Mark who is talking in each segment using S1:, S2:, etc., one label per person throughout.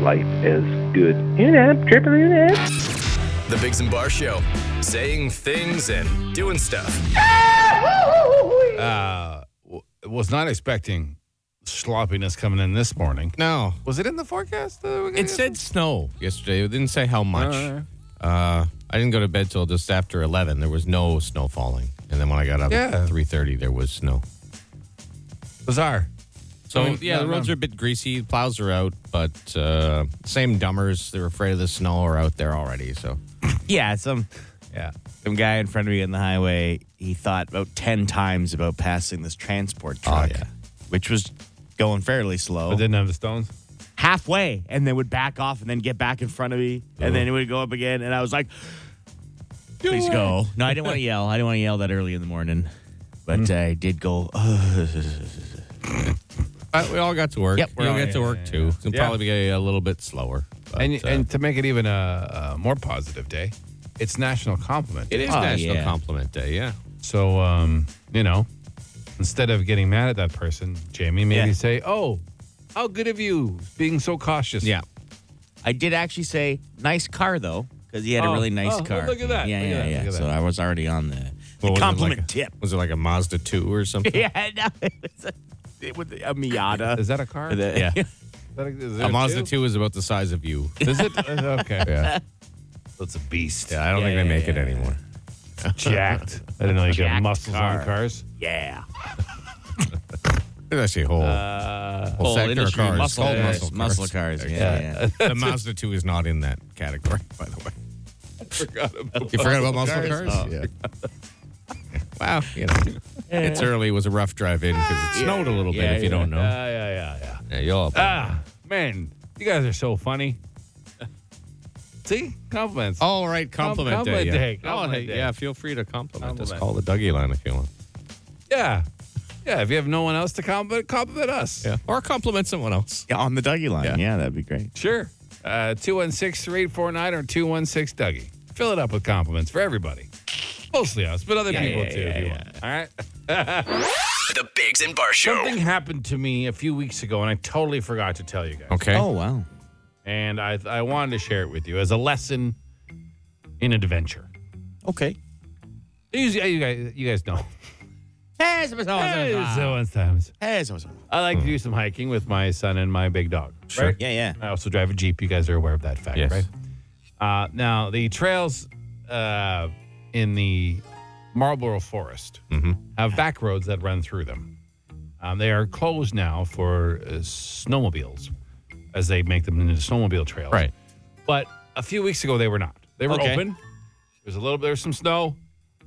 S1: life as good. You know, tripping in it.
S2: The Biggs and Bar Show, saying things and doing stuff.
S3: Uh, w- was not expecting sloppiness coming in this morning.
S4: No.
S3: Was it in the forecast? that we're gonna
S4: It
S3: get
S4: said snow yesterday. It didn't say how much.
S3: Alright.
S4: Uh, I didn't go to bed till just after 11. There was no snow falling. And then when I got up
S3: Yeah.
S4: at 3.30, there was snow.
S3: some? bizarre?
S4: So,
S3: I mean,
S4: yeah, the
S3: no,
S4: roads
S3: no.
S4: are a bit greasy. The plows are out, but uh, same dumbers. They're afraid of the snow are out there already. So,
S5: Yeah, some
S4: yeah.
S5: some guy in front of me on the highway. He thought about ten times about passing this transport truck,
S4: yeah.
S5: which was going fairly slow,
S3: Oh, But didn't have the stones.
S5: halfway, and then would back off and then get back in front of me, and then it would go up again. And I was like, "Please go!" No, I didn't want to yell. I didn't want to yell that early in the morning, but
S3: Hmm.
S5: I did go.
S3: Uh,
S4: But we all got to work.
S5: Yep, we're
S4: You'll
S5: all-
S4: get to
S3: yeah,
S4: work,
S3: yeah,
S4: too. It'll
S3: Yeah.
S4: probably be a little bit slower. But,
S3: and
S4: uh,
S3: and to make it even a, a more positive day, it's National Compliment.
S4: it is
S5: Oh,
S4: National
S5: yeah.
S4: Compliment Day, yeah.
S3: So, um, you know, instead of getting mad at that person, Jamie, maybe
S5: Yeah.
S3: say, "Oh, how good of you being so cautious."
S4: Yeah.
S5: I did actually say nice car though, because he had
S3: Oh,
S5: a really nice
S3: oh,
S5: car.
S3: look at that,
S5: Yeah,
S3: look at
S5: yeah,
S3: that,
S5: yeah.
S3: look at
S5: So
S3: that.
S5: I was already on the,
S4: What
S5: the
S4: was it, like
S5: compliment
S4: a-
S5: tip.
S4: Was it like a Mazda 2 or something?
S5: Yeah, no, it was a, it was a Miata.
S3: Is that a car? Is
S5: The-
S4: Yeah.
S3: that a, is there
S4: A Mazda
S3: two?
S4: 2 is about the size of you.
S3: Is it? Uh, okay.
S4: Yeah.
S3: It's a beast.
S4: Yeah, I don't
S5: Yeah,
S4: think they
S5: yeah,
S4: make it
S5: yeah.
S4: anymore.
S3: Jacked. I didn't know you could have
S5: Jacked
S3: muscles on
S5: car.
S3: cars.
S5: yeah.
S4: There's actually a whole, whole
S5: Uh, whole
S4: sector of
S5: industry,
S4: cars.
S5: muscle
S4: called
S5: cars, muscle cars,
S4: There
S5: yeah,
S4: you go. the Mazda 2 is not in that category, by the way. You forgot about muscle cars? Yeah. wow. You know, it's early. It was a rough drive in because it snowed a little bit,
S5: Yeah,
S4: if you
S5: yeah.
S4: don't know.
S3: Yeah, yeah, yeah, yeah.
S4: yeah, you all.
S3: Ah, man, you guys are so funny. See, compliments.
S4: all right, Oh, compliment,
S3: compliment
S4: day.
S3: day,
S4: Yeah.
S3: compliment
S4: oh,
S3: day.
S4: yeah, feel free to compliment. Just
S3: Compliment.
S4: call the Dougie line if you want.
S3: Yeah, yeah. If you have no one else to compliment, compliment us.
S4: Yeah. Or compliment someone else.
S5: Yeah, on the Dougie line.
S4: Yeah.
S5: Yeah, that'd be great.
S3: Sure. Uh, 216-3849 or 216-DOUGIE. Fill it up with compliments for everybody. Mostly us, but other people
S5: yeah,
S3: too
S5: yeah,
S3: if you
S5: yeah.
S3: want. All right?
S2: The Biggs and Bar Show.
S3: Something happened to me a few weeks ago, and I totally forgot to tell you guys.
S4: Okay.
S5: Oh wow.
S3: And I, I wanted to share it with you as a lesson in adventure.
S5: Okay.
S3: You, you guys, you guys know.
S5: Hey, so- so- so-
S3: Hey,
S5: so-
S3: so sometimes.
S5: hey, so- so-
S3: I like to do some hiking with my son and my big dog.
S4: Sure.
S3: right?
S5: Yeah, yeah.
S3: I also drive a Jeep. You guys are aware of that fact,
S4: Yes.
S3: right? Uh, now, the trails uh, in the Marlboro Forest
S4: Mm-hmm.
S3: have back roads that run through them. Um, they are closed now for uh, snowmobiles as they make them into snowmobile trails.
S4: Right.
S3: But a few weeks ago, they were not. They were
S4: Okay.
S3: open. There was a little bit, there was some snow,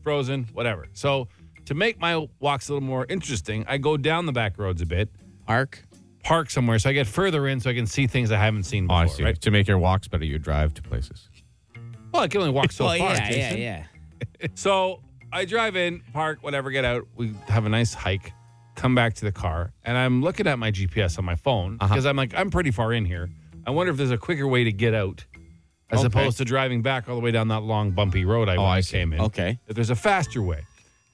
S3: frozen, whatever. So, to make my walks a little more interesting, I go down the back roads a bit
S4: Arc.
S3: park somewhere so I get further in so I can see things I haven't seen
S4: Oh,
S3: before.
S4: I see.
S3: Right?
S4: To make your walks better, you drive to places.
S3: Well, I can only walk so
S5: well,
S3: far.
S5: Oh, yeah, yeah,
S3: Jason.
S5: yeah.
S3: So I drive in, park, whatever, get out. We have a nice hike, come back to the car, and I'm looking at my GPS on my phone
S4: Uh-huh.
S3: because I'm like, I'm pretty far in here. I wonder if there's a quicker way to get out as
S4: Okay. Oh,
S3: opposed to driving back all the way down that long bumpy road I, when
S4: I
S3: I
S4: see.
S3: came in.
S5: Okay.
S3: If there's a faster way,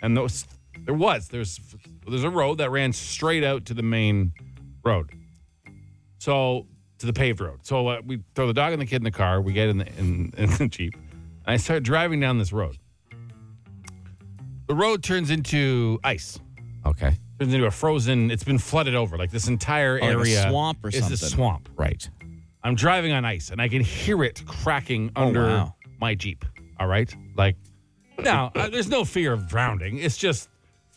S3: and those there was there's there's a road that ran straight out to the main road. So to the paved road. So uh, we throw the dog and the kid in the car. We get in the in, in the jeep. And I start driving down this road. The road turns into ice.
S4: Okay.
S3: Turns into a frozen. It's been flooded over. Like this entire
S5: Oh, like a
S3: area
S5: swamp or
S3: is a
S5: something.
S3: swamp.
S4: Right.
S3: I'm driving on ice and I can hear it cracking under
S5: Oh, wow.
S3: my Jeep. All right. Like, now, uh, there's no fear of drowning. It's just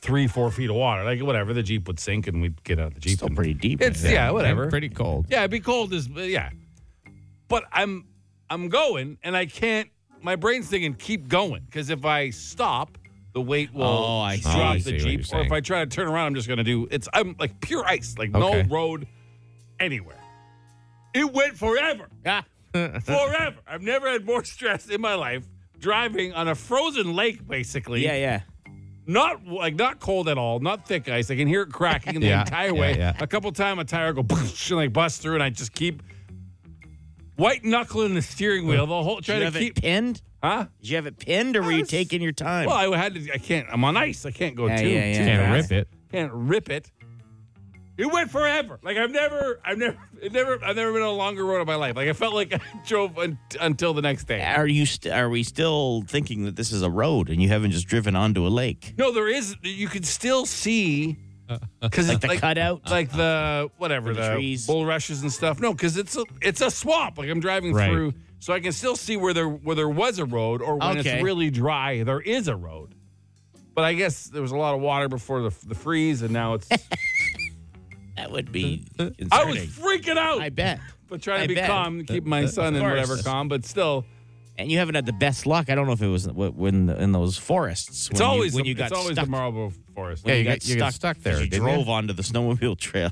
S3: three, four feet of water. Like, whatever. The Jeep would sink and we'd get out of the Jeep.
S5: Still
S3: and-
S5: pretty deep.
S3: It's, yeah,
S5: right?
S3: whatever.
S4: Pretty cold.
S3: yeah, it'd be cold as, uh, yeah. But I'm, I'm going and I can't, my brain's thinking, keep going. Because if I stop, the weight will
S5: Oh, I see.
S3: drop
S4: I see
S3: the
S4: what
S3: Jeep.
S4: you're
S3: Or if
S4: saying.
S3: I try to turn around, I'm just going to do, it's, I'm like pure ice, like
S4: Okay.
S3: no road anywhere. It went forever
S5: Ah,
S3: forever. I've never had more stress in my life driving on a frozen lake, basically.
S5: yeah, yeah.
S3: Not like not cold at all, not thick ice. I can hear it cracking the
S4: Yeah,
S3: entire
S4: yeah,
S3: way.
S4: yeah.
S3: A couple times, a tire go and like bust through, and I just keep white knuckling the steering wheel the whole
S5: Did you
S3: trying
S5: have
S3: to keep.
S5: it pinned?
S3: Huh?
S5: Did you have it pinned, or were you
S3: Yes.
S5: taking your time?
S3: Well, I had to. I can't. I'm on ice. I can't go
S5: Yeah,
S3: too.
S5: yeah, yeah.
S3: too
S4: Can't
S3: fast.
S4: rip it.
S3: Can't rip it. It went forever. Like I've never, I've never, it never, I've never been on a longer road in my life. Like I felt like I drove un- until the next day.
S5: Are you? St- are we still thinking that this is a road and you haven't just driven onto a lake?
S3: No, there is. You can still see because
S5: Uh, Like the cutout?
S3: Uh, like the whatever
S5: the
S3: the,
S5: trees?
S3: bulrushes and stuff. No, because it's a it's a swamp. Like I'm driving
S4: Right.
S3: through, so I can still see where there where there was a road, or when
S5: Okay.
S3: it's really dry, there is a road. But I guess there was a lot of water before the, the freeze, and now it's.
S5: That would be. Concerning.
S3: I was freaking out,
S5: I bet.
S3: but trying to
S5: I
S3: be
S5: bet. Uh,
S3: calm, keeping my son and
S5: course.
S3: whatever calm. But still,
S5: And you haven't had the best luck. I don't know if it was w- when the, in those forests.
S3: it's
S5: when
S3: always
S5: you, when
S3: the,
S5: you got
S3: it's always
S5: stuck.
S3: the Marlboro Forest.
S4: Yeah, you
S5: got
S4: got, you got stuck there.
S5: you
S4: didn't
S5: drove
S4: you?
S5: onto the snowmobile trail.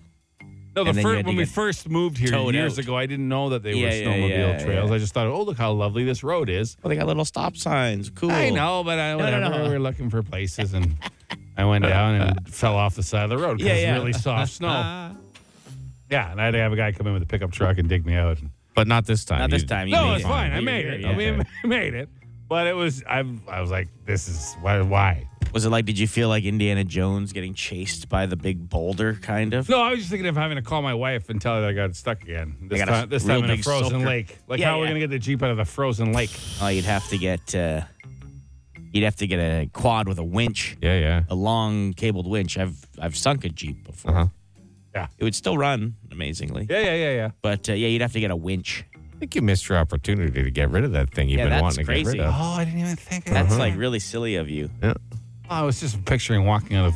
S3: No, the
S5: And then you
S3: fir-
S5: had to
S3: when we
S5: get
S3: first moved here
S5: towed
S3: years
S5: out.
S3: ago, I didn't know that they
S5: Yeah,
S3: were
S5: yeah,
S3: snowmobile
S5: yeah,
S3: trails.
S5: yeah.
S3: I just thought, oh, look how lovely this road is.
S5: Well, they got little stop signs. Cool.
S3: I know, but I,
S5: no,
S3: whatever.
S5: no.
S3: We were looking for places, and I went down and fell off the side of the road because
S5: Yeah, yeah.
S3: really soft snow. yeah, and I had to have a guy come in with a pickup truck and dig me out.
S4: But not this time.
S5: Not this
S4: You-
S5: time. You
S3: no,
S5: made
S3: it's
S5: it.
S3: fine. I
S5: You
S3: made
S5: did,
S3: it.
S5: yeah.
S3: I mean, I made it. But it was, I, I was like, this is why, why?
S5: Was it like? Did you feel like Indiana Jones getting chased by the big boulder? Kind of.
S3: No, I was just thinking of having to call my wife and tell her that I got stuck again. This
S5: got a
S3: time, this
S5: real
S3: time in a
S5: big
S3: frozen
S5: soaker.
S3: lake. Like,
S5: Yeah,
S3: how are we
S5: yeah.
S3: going to get the Jeep out of the frozen lake?
S5: Oh, you'd have to get. Uh, you'd have to get a quad with a winch,
S4: Yeah, yeah.
S5: a long cabled winch. I've I've sunk a jeep before.
S4: Uh-huh.
S3: Yeah.
S5: It would still run amazingly,
S3: Yeah, yeah, yeah, yeah.
S5: but uh, yeah, you'd have to get a winch.
S4: I think you missed your opportunity to get rid of that thing you've
S5: Yeah,
S4: been
S5: that's
S4: wanting to
S5: crazy.
S4: get rid of.
S3: Oh, I didn't even think of
S5: That's
S3: that.
S5: like really silly of you.
S4: Yeah.
S3: Oh, I was just picturing walking out of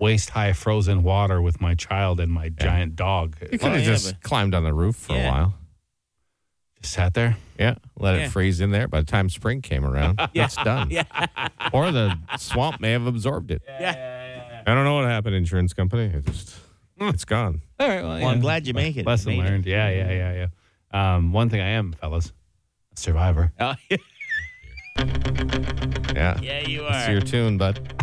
S3: waist high frozen water with my child and my giant dog.
S4: You could have
S5: yeah,
S4: just
S5: but-
S4: climbed on the roof for
S5: Yeah.
S4: a while.
S3: Just sat there.
S4: Yeah, let
S5: Yeah.
S4: it freeze in there. By the time spring came around, it's done. or the swamp may have absorbed it.
S5: Yeah. Hmm.
S4: I don't know what happened, insurance company. It just, it's gone.
S3: All right. Well,
S5: Well, I'm glad you make it.
S3: Lesson
S5: Made it. Mm-hmm.
S3: learned. Yeah, yeah, yeah, yeah. Um, one thing I am, fellas, a survivor.
S5: Oh,
S4: Yeah.
S5: yeah, you
S4: It's your
S5: are.
S4: tune, bud.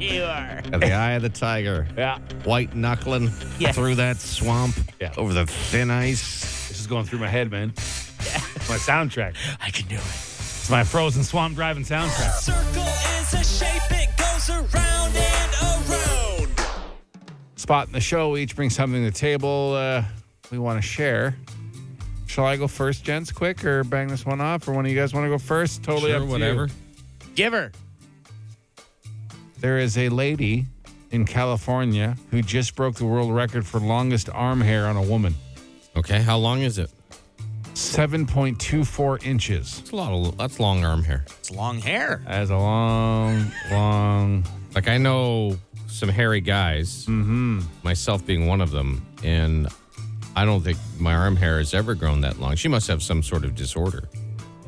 S5: You are.
S4: Got the eye of the tiger,
S3: Yeah.
S4: white knuckling
S5: Yes.
S4: through that swamp,
S3: Yeah.
S4: over the thin ice.
S3: This is going through my head, man. It's my soundtrack.
S5: I can do it.
S3: It's my frozen swamp driving soundtrack.
S6: Circle is a shape, it goes around and around.
S3: Spot in the show. We each bring something to the table uh, we want to share. Shall I go first, gents, quick, or bang this one off? Or one of you guys want to go first? Totally up to you.
S5: Give her.
S3: There is a lady in California who just broke the world record for longest arm hair on a woman.
S4: Okay, how long is it?
S3: 7.24 inches.
S4: It's a lot of, that's long arm hair.
S5: It's long hair.
S3: That is a long, long.
S4: Like I know some hairy guys, mm-hmm. myself being one of them, and I don't think my arm hair has ever grown that long. She must have some sort of disorder.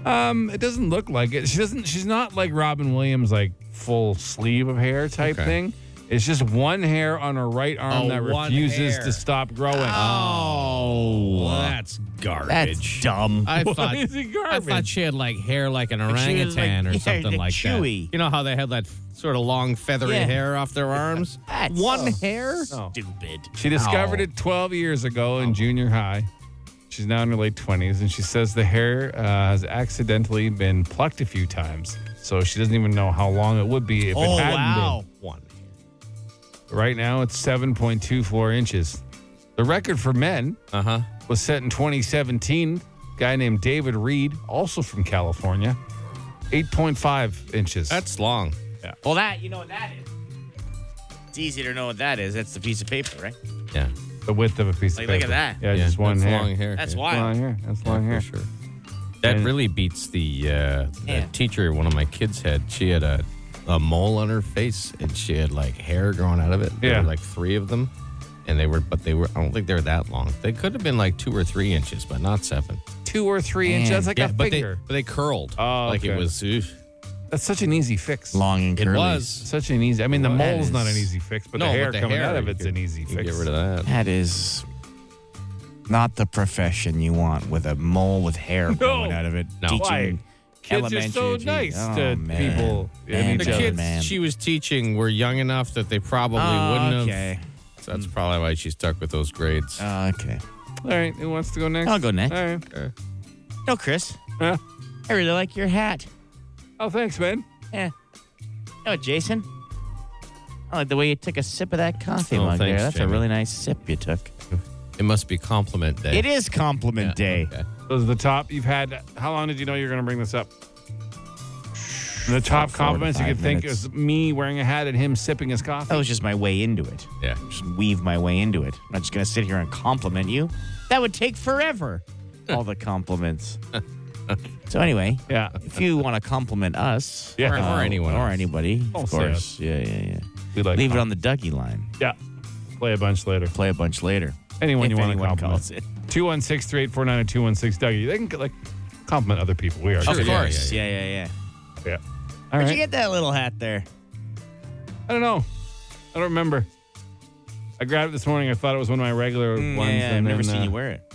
S3: Um, it doesn't look like it. She doesn't. She's not like Robin Williams, like full sleeve of hair type
S4: Okay.
S3: thing. It's just one hair on her right arm
S4: Oh,
S3: that
S4: one
S3: refuses
S4: hair.
S3: to stop growing.
S4: Oh, that's garbage.
S5: That's dumb.
S4: I
S3: Why
S4: thought
S3: is it
S4: I
S3: garbage?
S4: thought she had like hair like an
S5: she
S4: orangutan
S5: was like-
S4: or
S5: yeah,
S4: something
S5: like
S4: like
S5: chewy.
S4: that. You know how they had that sort of long feathery
S5: Yeah.
S4: hair off their arms?
S5: That's
S4: One hair?
S3: No.
S5: Stupid.
S3: She discovered it 12 years ago
S4: Oh.
S3: in junior high. She's now in her late 20s, and she says the hair uh, has accidentally been plucked a few times. So she doesn't even know how long it would be if
S5: Oh,
S3: it hadn't
S5: wow.
S4: One.
S3: been. Right now, it's 7.24 inches. The record for men
S4: Uh huh.
S3: was set in 2017. Guy named David Reed, also from California, 8.5 inches.
S4: That's long.
S5: Well, that, you know what that is. It's easy to know what that is. That's the piece of paper, right?
S4: Yeah.
S3: the width of a piece
S5: Like,
S3: of
S5: look
S3: paper.
S5: at that.
S3: Yeah, just one
S4: that's
S3: hair.
S4: long hair.
S5: That's
S4: yeah.
S5: wild.
S3: Long hair. That's long
S4: Yeah,
S3: hair.
S4: For sure. That
S3: And-
S4: really beats the, uh, the
S5: Yeah.
S4: teacher one of my kids had. She had a, a mole on her face and she had like hair growing out of it. There
S3: Yeah.
S4: were like three of them. And they were, but they were, I don't think they were that long. They could have been like two or three inches, but not seven.
S3: Two or three inches. That's like a
S4: but they,
S3: finger.
S4: but they curled.
S3: Oh,
S4: like it
S3: okay.
S4: was, oof.
S3: That's such an easy fix.
S5: Long and
S4: it
S5: curly.
S4: was.
S3: Such an easy. I mean, the
S5: Well, that
S3: mole's not
S5: is-
S3: an easy fix, but
S4: No,
S3: the
S4: but
S3: hair
S4: the
S3: coming
S4: hair,
S3: out of
S4: you
S3: it's
S4: could-
S3: an easy
S4: You can
S3: fix.
S4: get rid of that.
S5: That is not the profession you want with a mole with hair growing out of it.
S4: No.
S5: Teaching
S3: Why? Kids are so
S5: elementary te-
S3: nice
S5: Oh,
S3: to
S5: man.
S3: people
S5: Man,
S3: and
S4: The
S3: each
S5: Yeah,
S3: other.
S4: kids
S5: man. Ah,
S4: she was teaching were young enough that they probably
S3: Ah,
S4: wouldn't
S5: okay. Ah,
S4: have.
S3: Hmm.
S4: That's probably why she stuck with those grades.
S5: okay.
S3: All right, who wants to go next?
S5: I'll go next.
S3: All right.
S5: No, Chris.
S3: Huh?
S5: I really like your hat.
S3: Oh, thanks, man.
S5: Yeah. No, Jason. I I like the way you took a sip of that coffee
S4: Oh,
S5: mug
S4: thanks,
S5: there. That's
S4: Jamie.
S5: a really nice sip you took.
S4: It must be compliment day.
S5: It is compliment day.
S4: Okay.
S3: Those are the top you've had. How long did you know you were going to bring this up? The top
S5: to
S3: compliments you
S5: five
S3: could think
S5: minutes. Oh.
S3: is me wearing a hat and him sipping his coffee.
S5: That was just my way into it.
S4: Yeah.
S5: Just weave my way into it. I'm not just going to sit here and compliment you. That would take forever. All the compliments. so anyway,
S3: Yeah.
S5: if you want to compliment us,
S3: Yeah. Or- or
S4: anyone
S5: or
S4: else.
S5: anybody,
S3: Don't
S5: of
S3: say
S5: course. Yeah, yeah, yeah.
S3: We like
S5: Leave it on the Dougie line.
S3: Yeah. Play a bunch later.
S5: Play a bunch later.
S3: Anyone
S5: if
S3: you want
S5: anyone
S3: to compliment.
S5: calls it.
S3: 216 384 9216 Dougie. They can like compliment other people. We are.
S4: Sure,
S3: good.
S4: yeah,
S5: course.
S4: yeah,
S5: Yeah, yeah, yeah.
S3: Yeah. All
S5: Where'd
S3: right.
S5: you get that little hat there?
S3: I don't know. I don't remember. I grabbed it this morning. I thought it was one of my regular ones.
S5: Mm, yeah,
S3: and
S5: I've never
S3: then,
S5: seen
S3: uh,
S5: you wear it.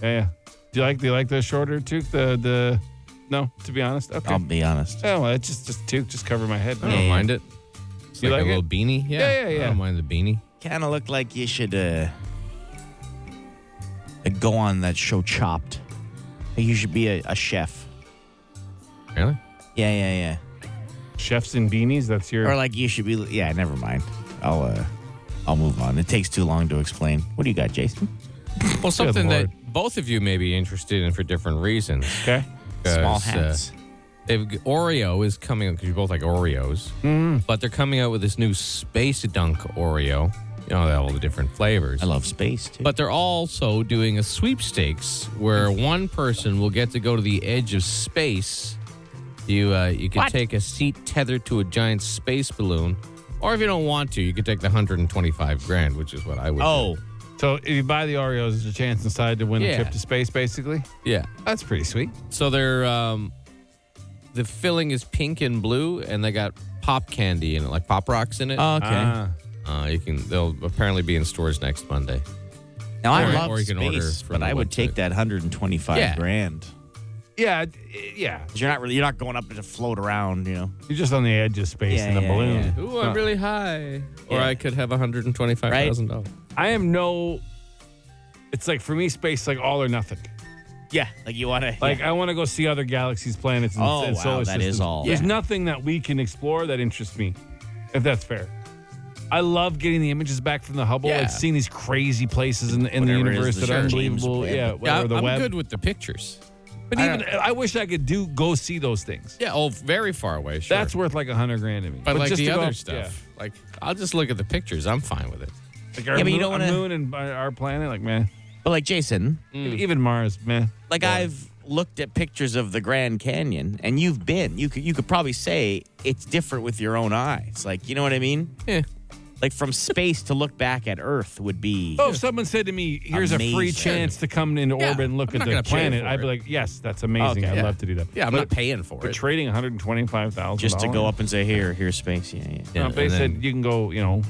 S3: Yeah, yeah. Do you like do you like the shorter toque? The the no, to be honest. Okay.
S5: I'll be honest.
S3: oh, well, it's just just toque, just cover my head.
S4: I don't
S5: Yeah,
S4: mind it. It's
S3: You
S4: like,
S3: like
S4: a
S3: it?
S4: little beanie.
S3: Yeah, yeah,
S4: I
S3: yeah.
S4: don't mind the beanie.
S5: Kind of look like you should uh, uh, go on that show Chopped. You should be a, a chef.
S4: Really?
S5: Yeah, yeah,
S3: Chefs in beanies. That's
S5: yeah.
S3: your.
S5: Or like you should be. Yeah, never mind. I'll uh, I'll move on. It takes too long to explain. What do you got, Jason?
S4: Well, something that both of you may be interested in for different reasons.
S3: okay.
S5: Small
S4: 'Cause, uh,
S5: hats.
S4: they've, Oreo is coming out because you both like Oreos,
S5: Mm.
S4: but they're coming out with this new Space Dunk Oreo. You know, they have all the different flavors.
S5: I love space too.
S4: But they're also doing a sweepstakes where one person will get to go to the edge of space. You uh, you can take a seat tethered to a giant space balloon, or if you don't want to, you could take the 125 grand, which is what I would. do.
S5: oh,
S3: So if you buy the Oreos, there's a chance inside to win a
S4: Yeah.
S3: trip to space. Basically,
S4: yeah.
S3: that's pretty sweet.
S4: So they're um, the filling is pink and blue, and they got pop candy in it, like pop rocks in it.
S5: oh, okay.
S3: Ah.
S4: Uh, you can. They'll apparently be in stores next Monday.
S5: now I
S4: or-
S5: love
S4: or you can order
S5: space,
S4: from
S5: but
S4: the
S5: I would
S4: website.
S5: take that 125
S4: Yeah.
S5: grand.
S3: yeah, d- yeah.
S5: 'Cause You're not really. You're not going up to float around. You know.
S3: You're just on the edge of space
S5: Yeah,
S3: in the
S5: yeah,
S3: balloon.
S5: yeah.
S4: Ooh, I'm really high. Or
S5: Yeah.
S4: I could have 125,000 dollars.
S3: I am no. It's like for me, space is like all or nothing.
S5: Yeah, like you want to.
S3: Like I want to go see other galaxies, planets, and,
S5: Oh,
S3: and
S5: wow,
S3: solar
S5: that
S3: systems.
S5: is all.
S3: There's
S5: Yeah.
S3: nothing that we can explore that interests me, if that's fair. I love getting the images back from the Hubble.
S4: Yeah.
S3: Like seeing these crazy places in, in the
S5: Whatever it is,
S3: universe
S5: the
S3: that are
S5: James
S3: unbelievable.
S5: Webb.
S3: Yeah,
S4: Yeah,
S3: whatever
S4: I'm,
S3: the
S4: I'm
S3: web.
S4: good with the pictures.
S3: But even I, wish I could do go see those things.
S4: Yeah, oh, very far away. Sure.
S3: That's worth like a hundred grand to me.
S4: But, like
S3: just
S4: the
S3: to go
S4: other
S3: up-
S4: stuff, like I'll just look at the pictures. I'm fine with it.
S3: yeah. like our
S5: Yeah, but you
S3: moon,
S5: don't
S3: our
S5: wanna- Hmm.
S3: moon and uh, our planet, like man, e-,
S5: but like Jason,
S3: even Mars, man.
S5: like I've looked at pictures of the Grand Canyon, and you've been. You could you could probably say it's different with your own eyes. Like you know what I mean?
S4: Yeah.
S5: Like from space to look back at Earth would be.
S3: Oh, if someone said to me, "Here's a free
S5: Amazing.
S3: chance to come into
S4: Yeah,
S3: orbit and look
S4: I'm
S3: at
S4: not
S3: the
S4: gonna pay
S3: planet,"
S4: for
S3: I'd be
S4: it.
S3: like, "Yes, that's amazing.
S5: Okay.
S3: I'd
S5: Yeah.
S3: love to do that."
S4: Yeah, I'm
S3: But-
S4: not paying for
S3: But
S4: it.
S3: trading 125,000
S5: just to go up and say here, here's space. Yeah, yeah.
S4: Yeah,
S3: No, they
S4: and
S3: said
S4: then-
S3: you can go, you know,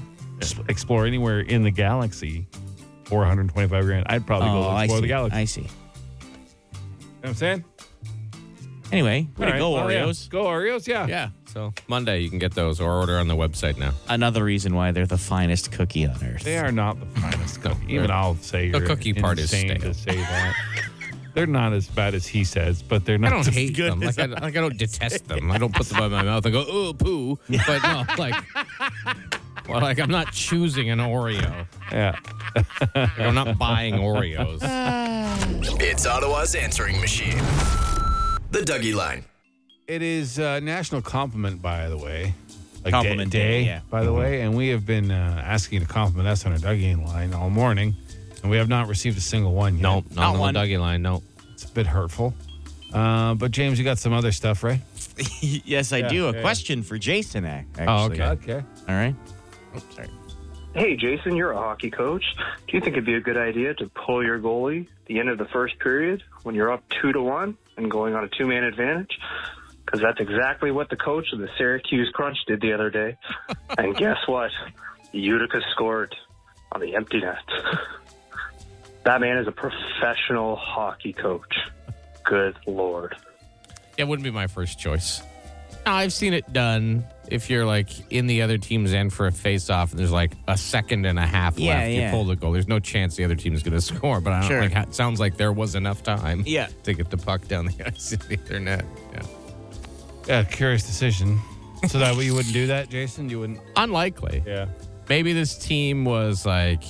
S3: s- explore anywhere in the galaxy for 125 grand. I'd probably
S5: Oh,
S3: go
S5: I
S3: explore
S5: see.
S3: the galaxy.
S5: I see.
S3: You know what I'm saying?
S5: Anyway,
S3: All
S5: way to
S3: right,
S5: go,
S3: well, yeah.
S5: Oreos.
S3: Go Oreos, yeah.
S4: yeah. So Monday you can get those or order on the website now.
S5: Another reason why they're the finest cookie on Earth.
S3: They are not the finest cookie. Even
S4: they're-
S3: I'll say
S4: the
S3: you're
S4: cookie part is
S3: insane
S4: stale.
S3: to say that. they're not as bad as he says, but they're
S4: I
S3: not.
S4: don't
S3: as
S4: hate
S5: good
S4: them. Like I, like I don't detest them. I don't put them by my mouth and go oh poo. But no, like, well, like I'm not choosing an Oreo.
S3: Yeah.
S4: Like, I'm not buying Oreos.
S2: It's Ottawa's answering machine. The Dougie Line.
S3: It is uh, National Compliment, by the way. Like
S5: Compliment Day, yeah.
S3: By the way, and we have been uh, asking to compliment us on our Dougie line all morning, and we have not received a single one yet.
S4: No, not,
S5: Not
S4: on
S5: one.
S4: the Dougie line. No.
S3: It's a bit hurtful. Uh, but James, you got some other stuff, right?
S5: yes, I do. A
S3: yeah. Oh,
S5: question for Jason, ac- actually.
S3: Okay.
S5: All right.
S7: Hey, Jason, you're a hockey coach. Do you think it'd be a good idea to pull your goalie at the end of the first period when you're up two to one and going on a two man advantage? Because that's exactly what the coach of the Syracuse Crunch did the other day. and guess what? Utica scored on the empty net. that man is a professional hockey coach. Good lord.
S4: It wouldn't be my first choice. No, I've seen it done. If you're like in the other team's end for a face-off, and there's like a second and a half
S5: Yeah,
S4: left,
S5: yeah.
S4: you pull the goal. There's no chance the other team's going to score. But I don't
S5: Sure.
S4: like. It sounds like there was enough time.
S5: Yeah.
S4: to get the puck down the ice in the other net. Yeah.
S3: Yeah, curious decision. So that way you wouldn't do that, Jason? You wouldn't?
S4: Unlikely.
S3: Yeah.
S4: Maybe this team was like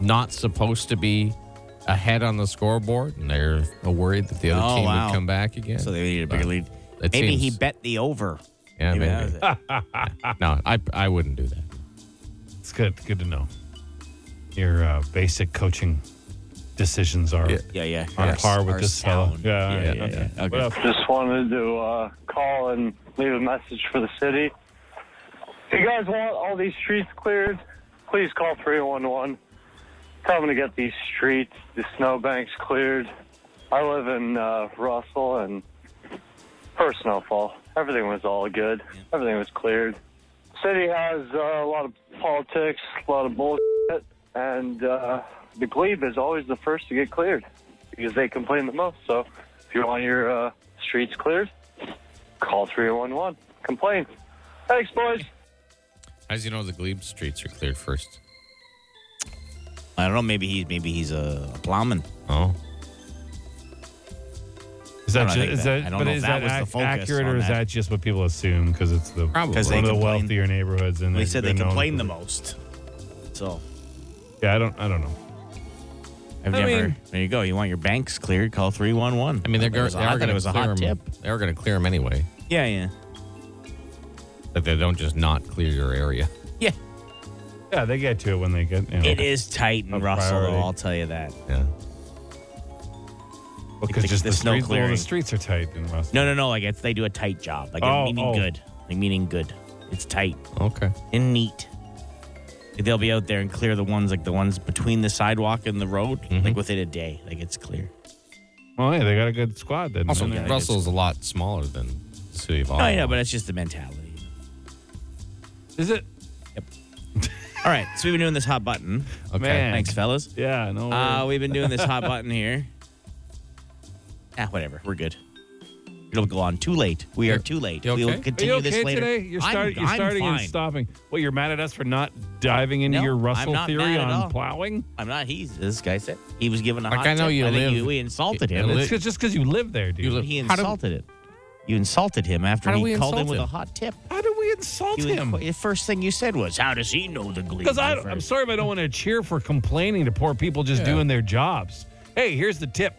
S4: not supposed to be ahead on the scoreboard, and they're worried that the other
S5: Oh,
S4: team
S5: wow.
S4: would come back again.
S5: So they need a bigger lead.
S4: It
S5: Maybe he
S4: seems-
S5: bet the over.
S4: yeah,
S5: Maybe
S4: maybe.
S5: that was it.
S4: No, I I wouldn't do that.
S3: It's good. Good to know. Your uh, basic coaching decisions are
S5: Yeah, yeah.
S3: on
S5: Yes.
S3: par with
S5: Our
S3: this fellow.
S5: sound.
S3: Yeah, all right.
S5: yeah, yeah,
S3: okay.
S5: yeah.
S3: What
S5: Okay.
S3: up?
S8: Just wanted to uh, call and leave a message for the city. If you guys want all these streets cleared, please call 311. Tell them to get these streets, the snowbanks cleared. I live in uh, Russell, and first snowfall, everything was all good. Everything was cleared. City has uh, a lot of politics, a lot of bullshit, and uh, the glebe is always the first to get cleared because they complain the most. So if you want your uh, streets cleared, call 311. Complain. Thanks, boys.
S4: As you know, the Glebe streets are cleared first.
S5: I don't know. Maybe he's maybe he's a plowman.
S4: Oh,
S3: Is that
S5: I don't
S3: ju-
S5: think
S3: is
S5: that-
S3: that,
S5: I don't
S3: but
S5: know if
S3: is
S5: that
S3: that,
S5: was the
S3: ac-
S5: focus
S3: accurate
S5: on
S3: or is
S5: that.
S3: that just what people assume because it's the
S4: Probably.
S3: one
S5: Because they
S3: of the
S5: complain.
S3: wealthier neighborhoods and
S5: They said they
S3: they're known
S5: complain
S3: for-
S5: the most. So
S3: Yeah, I don't I don't know.
S5: I've
S4: I
S5: never.
S4: mean-
S5: there you go. You want your banks cleared? Call three one one.
S4: I mean, they're,
S5: it was, a- I thought
S4: going
S5: it was a hot tip.
S4: They were going to clear them anyway.
S5: Yeah, yeah,
S4: But they don't just not clear your area.
S5: yeah.
S3: Yeah, they get to it when they get. You know,
S5: It is tight in
S3: A
S5: Russell, though,
S3: priority.
S5: I'll tell you that.
S4: Yeah.
S3: because
S5: the-
S3: just
S5: the
S3: the,
S5: snow
S3: streets, well,
S5: clearing.
S3: the streets are tight in Russell.
S5: No, no, no. Like it's they do a tight job. Like
S3: Oh,
S5: meaning
S3: oh.
S5: good. Like meaning good. It's tight
S4: Okay.
S5: and neat. Like, They'll be out there and clear the ones like the ones between the sidewalk and the road,
S3: Mm-hmm.
S5: like within a day. Like it's clear.
S3: Well, yeah, they got a good squad then.
S4: Also,
S3: don't they?
S4: Russell's a lot smaller than the City
S3: Oh,
S4: of
S5: I
S4: Ottawa.
S5: know, Oh, but that's just the mentality.
S3: is it?
S5: All right, so we've been doing this hot button.
S4: Okay.
S3: Man.
S5: Thanks, fellas.
S3: Yeah, no.
S5: Uh,
S3: worries.
S5: we've been doing this hot button here. Ah, whatever. We're good. It'll go on too late. We are too late.
S4: you
S5: We will
S4: okay?
S5: continue
S3: are you okay
S5: this later.
S3: today? You're,
S5: I'm-
S3: start, you're
S5: I'm
S3: starting and
S5: fine.
S3: stopping. Well, you're mad at us for not diving into
S5: No,
S3: your
S5: I'm
S3: Russell
S5: not
S3: theory
S5: mad at
S3: on
S5: all.
S3: plowing.
S5: I'm not. He's this guy said he was given a
S4: Like,
S5: hot
S4: I know
S5: tip.
S4: you
S5: I think
S4: live-
S5: you- we insulted him.
S4: you
S3: It's 'cause- just because you live there, dude.
S4: You live-
S5: he
S4: How do-
S5: insulted it. You insulted him after
S4: How do
S5: he
S4: we
S5: called him
S4: insult
S5: with
S4: him?
S5: a hot tip.
S3: How do we insult
S5: You-
S3: him?
S5: The first thing you said was, "How does he know the glee?"
S3: Because I'm sorry if I don't want to cheer for complaining to poor people just doing their jobs. Hey, here's the tip: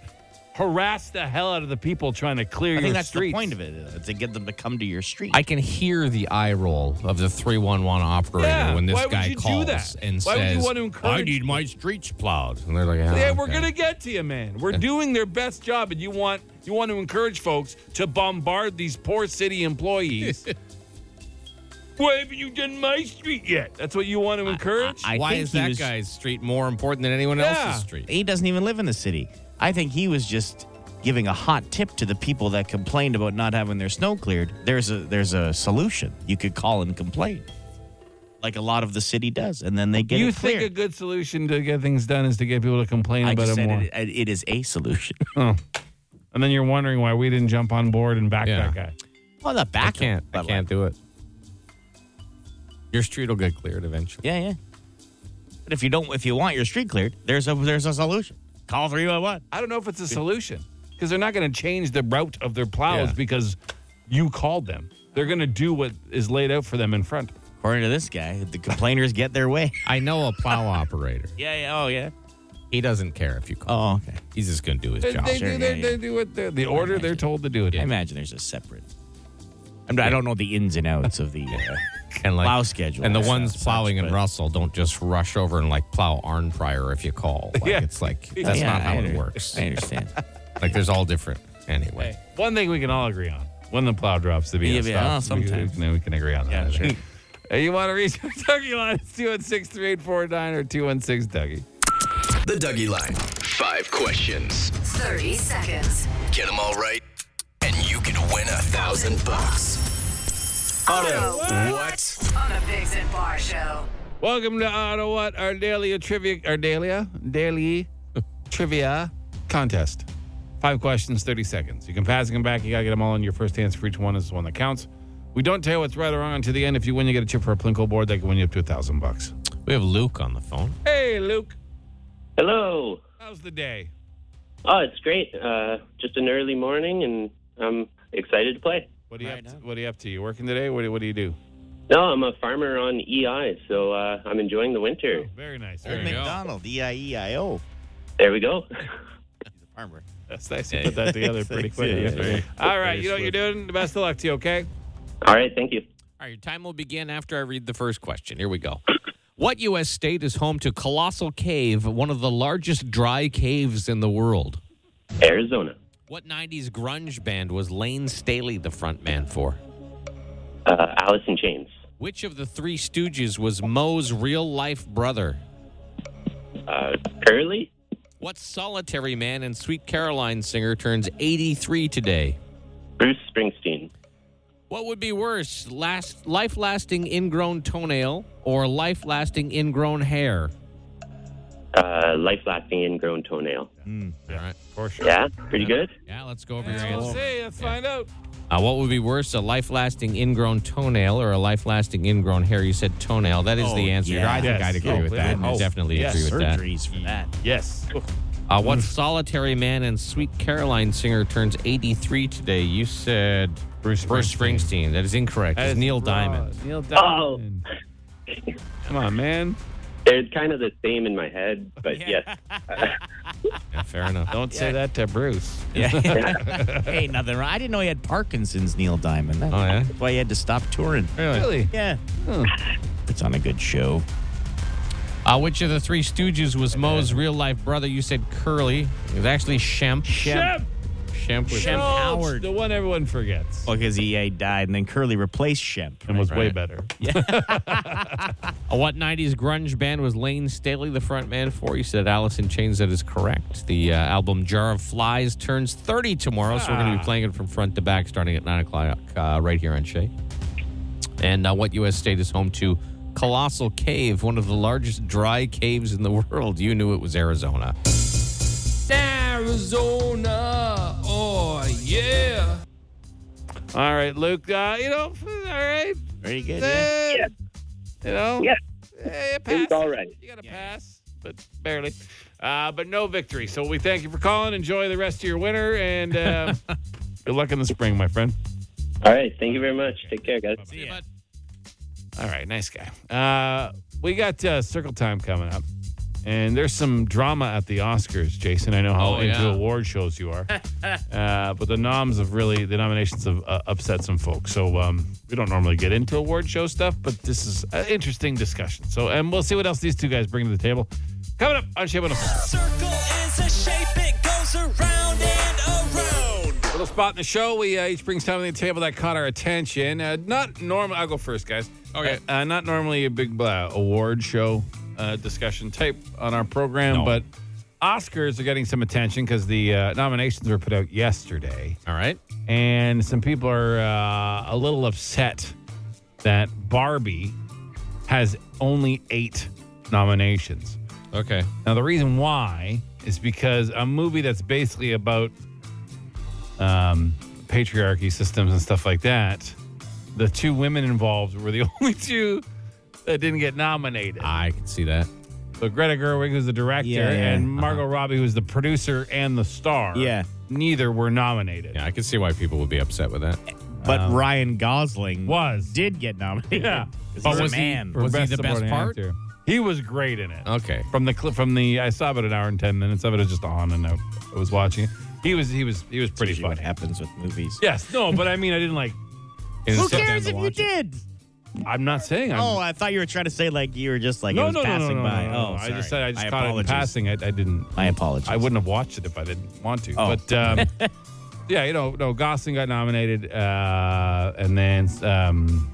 S3: harass the hell out of the people trying to clear
S5: I
S3: your
S5: think that's
S3: streets.
S5: the point of it is to get them to come to your street.
S4: I can hear the eye roll of the 311 operator
S3: Yeah,
S4: when this
S3: why would
S4: guy
S3: you do
S4: calls
S3: that?
S4: and
S3: Why would you
S4: says,
S3: want to
S4: I
S3: encourage-
S4: need my streets plowed. And they're like, "Ah,
S3: Yeah, we're
S4: okay."
S3: gonna get to you, man. We're doing their best job, and you want you want to encourage folks to bombard these poor city employees. Why haven't you done my street yet? That's what you want to encourage.
S5: I
S4: Why
S5: think
S4: is
S5: he
S4: that
S5: was-
S4: guy's street more important than anyone
S3: Yeah.
S4: else's street?
S5: He doesn't even live in the city. I think he was just giving a hot tip to the people that complained about not having their snow cleared. There's a there's a solution. You could call and complain, like a lot of the city does, and then they get
S3: you
S5: it
S3: think
S5: cleared.
S3: a good solution to get things done is to get people to complain
S5: I
S3: about
S5: just
S3: it
S5: said
S3: more,
S5: it, it is a solution.
S3: and then you're wondering why we didn't jump on board and back
S4: Yeah.
S3: that guy.
S5: well, the back
S4: I can't. I can't do it. Your street will get cleared eventually.
S5: Yeah, yeah. But if you don't, if you want your street cleared, there's a there's a solution. Call three one one.
S3: I don't know if it's a solution because they're not going to change the route of their plows
S4: Yeah.
S3: because you called them. They're going to do what is laid out for them in front.
S5: According to this guy, the complainers get their way.
S4: I know a plow operator.
S5: Yeah, yeah, oh yeah.
S4: He doesn't care if you call.
S5: Oh, okay.
S4: He's just going to do his
S3: They,
S4: job.
S3: they
S5: Sure,
S3: do, their-
S5: yeah,
S3: they
S5: yeah.
S3: do what they're, the order they're told to do it.
S5: I
S3: in.
S5: imagine there's a separate. I'm, I don't know the ins and outs of the uh,
S4: and like,
S5: plow schedule.
S4: And the
S5: and
S4: ones
S5: such,
S4: plowing in
S5: but-
S4: Russell don't just rush over and like plow Arnprior if you call. Like,
S3: Yeah.
S4: It's like that's
S5: Yeah,
S4: not how
S5: I
S4: it
S5: under-
S4: works.
S5: I understand.
S4: Like there's all different anyway.
S3: One thing we can all agree on: when the plow drops, the BS
S5: Yeah, yeah,
S3: stops. We can-
S5: sometimes.
S3: we, can, we can agree on that.
S5: Yeah,
S3: I think.
S5: sure.
S3: Uh, You want to reach our Dougie line? It's 216 3849 or 216 Dougie.
S2: The Dougie Line. Five questions.
S9: 30 seconds.
S2: Get them all right, and you can win a thousand bucks. Auto. What?
S9: On the Bigs and Bar Show.
S3: Welcome to Auto What, our daily trivia, our daily, uh, daily trivia contest. Five questions, 30 seconds. You can pass them back. You got to get them all in your first answer for each one. is the one that counts. We don't tell you what's right or wrong until the end. If you win, you get a chip for a Plinko board that can win you up to a thousand bucks.
S4: We have Luke on the phone.
S3: Hey, Luke.
S10: Hello.
S3: How's the day?
S10: Oh, it's great. Uh, just an early morning, and I'm excited to play.
S3: What do you up to, What do you up to? You working today? What do, What do you do?
S10: No, I'm a farmer on EI, so uh, I'm enjoying the winter.
S3: Very nice.
S5: Old McDonald, E I E I O.
S10: There we go.
S5: Farmer.
S3: That's nice. You put that together pretty
S5: Thanks,
S3: quick.
S5: yeah.
S4: Very-
S3: All right.
S4: very
S3: You know what you're doing. The best of luck to you. Okay.
S10: All right, thank you.
S4: All right, your time will begin after I read the first question. Here we go. What U.S. state is home to Colossal Cave, one of the largest dry caves in the world?
S10: Arizona.
S4: What 90s grunge band was Lane Staley the frontman for?
S10: Uh, Alice in Chains.
S4: Which of the Three Stooges was Moe's real life brother?
S10: Uh, Curly?
S4: What solitary man and Sweet Caroline singer turns 83 today?
S10: Bruce Springsteen.
S4: What would be worse, last life-lasting ingrown toenail or life-lasting ingrown hair?
S10: Uh, Life lasting ingrown toenail.
S4: All right.
S3: For sure.
S10: Yeah, pretty good.
S4: Yeah, let's go over your
S3: We'll
S4: answers.
S3: see. Let's find out.
S4: Uh, what would be worse, a life-lasting ingrown toenail or a life-lasting ingrown hair? You said toenail. That is
S5: Oh,
S4: the answer.
S5: yeah.
S4: I think
S3: Yes.
S4: I'd agree
S3: Oh,
S4: with that.
S3: goodness.
S4: I definitely
S3: Yes.
S4: agree with that.
S5: Surgeries for that.
S3: Yes.
S4: Uh, what solitary man and Sweet Caroline singer turns 83 today? You said Bruce Springsteen. That is incorrect.
S3: That
S4: It's
S3: is
S4: Neil
S3: raw.
S4: Diamond.
S3: Neil
S10: Oh.
S3: Diamond.
S4: Oh.
S3: Come on, man.
S10: They're kind of the same in my head, but yes.
S4: Yeah, fair enough.
S3: Don't say that to Bruce.
S5: Yeah. hey, nothing wrong. I didn't know he had Parkinson's, Neil Diamond. That-
S4: Oh, yeah?
S5: That's why he had to stop touring.
S3: Really?
S5: Yeah. Puts on a good show.
S4: Uh, which of the three Stooges was Moe's real life brother? You said Curly. It was actually Shemp.
S3: Shemp.
S4: Shemp was
S5: Shemp.
S3: Oh,
S5: Howard.
S3: The one everyone
S4: Oh,
S3: forgets.
S5: Well, because
S4: uh,
S5: EA died, and then Curly replaced Shemp.
S3: and was way
S4: right.
S3: better.
S4: Uh, what 90s grunge band was Lane Staley the frontman for? You said Alice in Chains. That is correct. The uh, album Jar of Flies turns 30 tomorrow, so we're going to
S3: Ah.
S4: be playing it from front to back starting at 9 o'clock uh, right here on Shea. And uh, what U.S. state is home to Colossal Cave, one of the largest dry caves in the world? You knew it was Arizona. Arizona, oh yeah.
S3: All right, Luke. Uh, you know, all right.
S5: Very good.
S3: Eh,
S5: Yeah.
S3: You know?
S10: Yeah.
S3: Eh, you
S10: It was
S3: pass.
S10: all right.
S3: You got to pass, but barely. Uh, but no victory. So we thank you for calling. Enjoy the rest of your winter and uh, good luck in the spring, my friend.
S10: All right, thank you very much. Take care, guys.
S3: See you, bud. All right, nice guy. Uh, we got uh, Circle Time coming up, and there's some drama at the Oscars, Jason. I know how
S4: Oh,
S3: into
S4: yeah.
S3: award shows you are, uh, but the noms have really the nominations have uh, upset some folks. So um, we don't normally get into award show stuff, but this is an interesting discussion. So and we'll see what else these two guys bring to the table. Coming up on oh Shape
S6: Circle is a shape, it goes around and around.
S3: Little spot in the show. We uh, each bring something to the table that caught our attention. Uh, not normal. I'll go first, guys.
S4: Okay.
S3: Uh, uh, not normally a big blah, award show uh, discussion type on our program, but Oscars are getting some attention because the uh, nominations were put out yesterday,
S4: All right.
S3: and some people are uh, a little upset that Barbie has only eight nominations.
S4: Okay.
S3: Now, the reason why is because a movie that's basically about um, patriarchy systems and stuff like that, the two women involved were the only two that didn't get nominated.
S4: I can see that.
S3: So Greta Gerwig, who's the director,
S5: Yeah, yeah. uh-huh.
S3: and Margot Robbie, who's the producer and the star,
S5: Yeah.
S3: neither were nominated.
S4: Yeah, I can see why people would be upset with that.
S5: But Ryan Gosling
S3: Um, Was.
S5: did get nominated.
S3: Yeah.
S5: 'Cause
S3: But
S5: he's a
S3: was he-
S5: man.
S3: for
S4: Was he the best
S3: supporting
S4: part?
S3: actor. He was great in it.
S5: Uh.
S4: Okay.
S3: from the clip from the I saw about an hour and ten minutes of it. It was just on, and I, I was watching. it. He was he was he was pretty
S5: Usually what
S3: funny.
S5: happens with movies.
S3: Yes, no, but I mean, I didn't like.
S5: Who cares if you did?
S3: I'm not saying. I'm,
S5: Oh, I thought you were trying to say like you were just like it
S3: no,
S5: was
S3: no, no, no,
S5: passing
S3: no, no,
S5: by.
S3: no,
S5: oh,
S3: no. I
S5: sorry.
S3: just said I just
S5: My
S3: caught
S5: apologies.
S3: it in passing. I, I didn't.
S5: My apologies.
S3: I wouldn't have watched it if I didn't want to.
S5: Oh.
S3: But um, yeah, you know, no, Gosling got nominated, uh, and then um,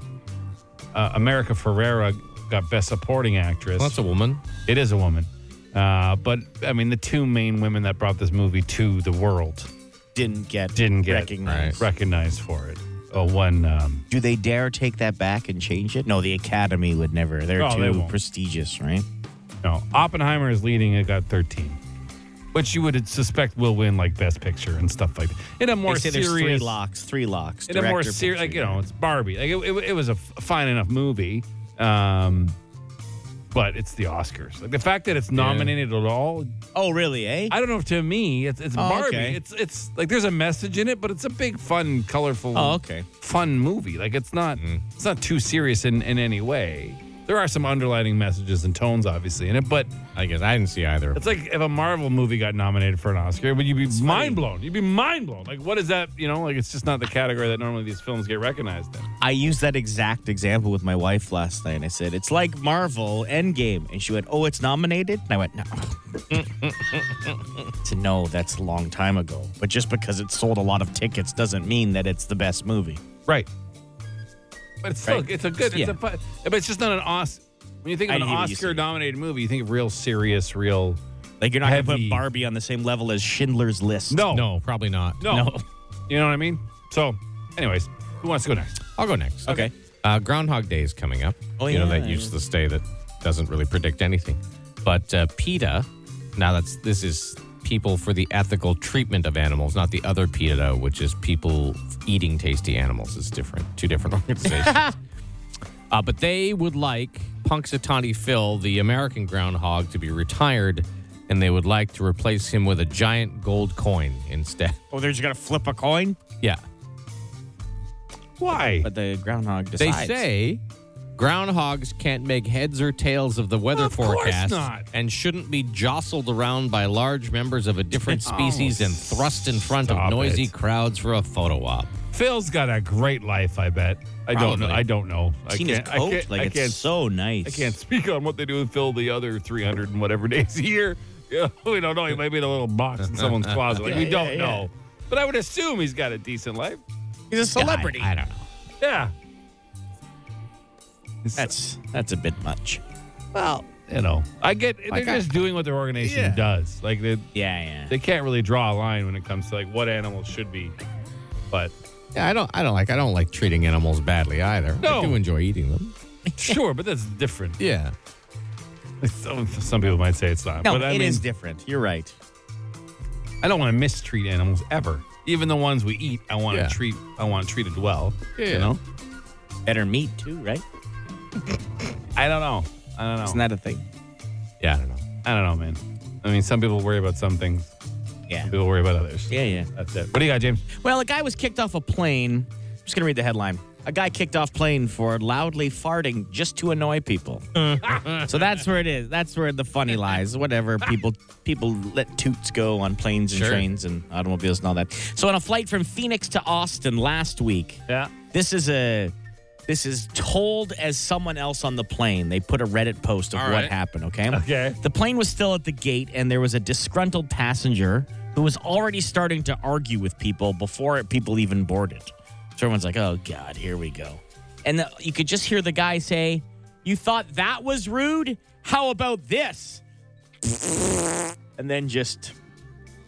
S3: uh, America Ferrera got Best Supporting Actress.
S4: Well, that's a woman.
S3: It is a woman. Uh, but I mean, the two main women that brought this movie to the world
S5: Didn't get
S3: didn't get
S5: recognized.
S3: recognized for it. Oh, one. Um,
S5: Do they dare take that back and change it? No, the Academy would never. They're
S3: No, they
S5: too
S3: won't.
S5: prestigious, right?
S3: no, Oppenheimer is leading. It got thirteen, which you would suspect will win like Best Picture and stuff like that. In a more
S5: they say
S3: serious,
S5: there's three locks, three locks.
S3: in a more
S5: director,
S3: serious, like you
S5: producer.
S3: know, it's Barbie. Like it, it, it was a f- fine enough movie. Um, but it's the Oscars. Like the fact that it's nominated at all.
S5: Oh, really? Eh?
S3: I don't know. if To me, it's it's
S5: Oh,
S3: Barbie.
S5: okay.
S3: It's it's like there's a message in it, but it's a big, fun, colorful,
S5: Oh, okay. Mm-hmm.
S3: fun movie. Like it's not it's not too serious in in any way. There are some underlining messages and tones, obviously, in it, but
S4: I guess I didn't see either. of
S3: it's like if a Marvel movie got nominated for an Oscar, would you be mind blown? You'd be mind blown. Like, what is that? You know, like it's just not the category that normally these films get recognized in.
S5: I used that exact example with my wife last night. I said, it's like Marvel Endgame. And she went, oh, it's nominated? And I went, no. I said, no, that's a long time ago. But just because it sold a lot of tickets doesn't mean that it's the best movie.
S3: Right. But it's still,
S5: Right.
S3: it's a good, it's
S5: Yeah.
S3: a fun, but it's just not an Oscar. When you think
S5: I
S3: of an
S5: hear what you say.
S3: Oscar nominated movie, you think of real serious, real.
S5: Like, you're not going to
S3: Heavy.
S5: put Barbie on the same level as Schindler's List.
S3: No,
S4: them. No, probably not.
S3: no. You know what I mean? So, anyways, who wants to go next?
S4: I'll go next.
S5: Okay.
S4: Uh, Groundhog Day is coming up.
S5: Oh,
S4: You know,
S5: yeah.
S4: that useless day that doesn't really predict anything. But uh, PETA, now that's this is people for the ethical treatment of animals, not the other PETA, which is people eating tasty animals. It's different. Two different organizations. uh, but they would like Punxsutawney Phil, the American groundhog, to be retired, and they would like to replace him with a giant gold coin instead.
S5: Oh, they're just going to flip a coin?
S4: Yeah.
S3: Why?
S5: But the groundhog
S4: They
S5: decides.
S4: say groundhogs can't make heads or tails of the weather
S3: Of course
S4: forecast
S3: not.
S4: and shouldn't be jostled around by large members of a different species and thrust in front of
S3: Oh, stop
S4: noisy
S3: it.
S4: crowds for a photo op.
S3: Phil's got a great life, I bet. I don't know.
S4: Probably.
S3: I don't know. I
S5: Seen his
S3: can't, I
S5: coat?
S3: can't,
S5: like,
S3: I
S5: it's
S3: can't,
S5: so nice.
S3: I can't speak on what they do with Phil the other 300 and whatever days a year. Yeah, we don't know. He might be in a little box in someone's closet. Like, we
S5: yeah,
S3: don't
S5: yeah.
S3: know. But I would assume he's got a decent life.
S5: He's a celebrity.
S4: I, I don't know.
S3: Yeah.
S5: That's, that's a bit much.
S4: Well,
S3: you know, I get they're
S4: Like I-
S3: just doing what their organization
S4: Yeah.
S3: does. Like they
S5: Yeah, yeah.
S3: they can't really draw a line when it comes to like what animals should be. But
S4: yeah, I don't. I don't like. I don't like treating animals badly either.
S3: No.
S4: I do enjoy eating them.
S3: sure, but that's different.
S4: Yeah.
S3: Some, some people might say it's not.
S5: No, it
S3: but
S5: is
S3: I mean,
S5: different. You're right.
S3: I don't want to mistreat animals ever. Even the ones we eat, I want to
S4: Yeah.
S3: treat. I want treated well.
S4: Yeah.
S3: You know,
S5: Better meat, too, right?
S3: I don't know. I don't know.
S5: Isn't that a thing?
S4: Yeah. I don't know.
S3: I don't know, man. I mean, some people worry about some things.
S5: Yeah.
S3: People worry about others.
S5: Yeah, yeah.
S3: That's it. What do you got, James?
S5: Well, a guy was kicked off a plane. I'm just going to read the headline. A guy kicked off plane for loudly farting just to annoy people. so that's where it is. That's where the funny lies. Whatever people people let toots go on planes and
S4: Sure.
S5: trains and automobiles and all that. So on a flight from Phoenix to Austin last week,
S3: Yeah.
S5: this is a this is told as someone else on the plane. They put a Reddit post of
S4: All
S5: what
S4: right.
S5: happened, okay?
S3: Okay.
S5: The plane was still at the gate and there was a disgruntled passenger who was already starting to argue with people before people even boarded. So everyone's like, "Oh god, here we go." And the, you could just hear the guy say, "You thought that was rude? How about this?" And then just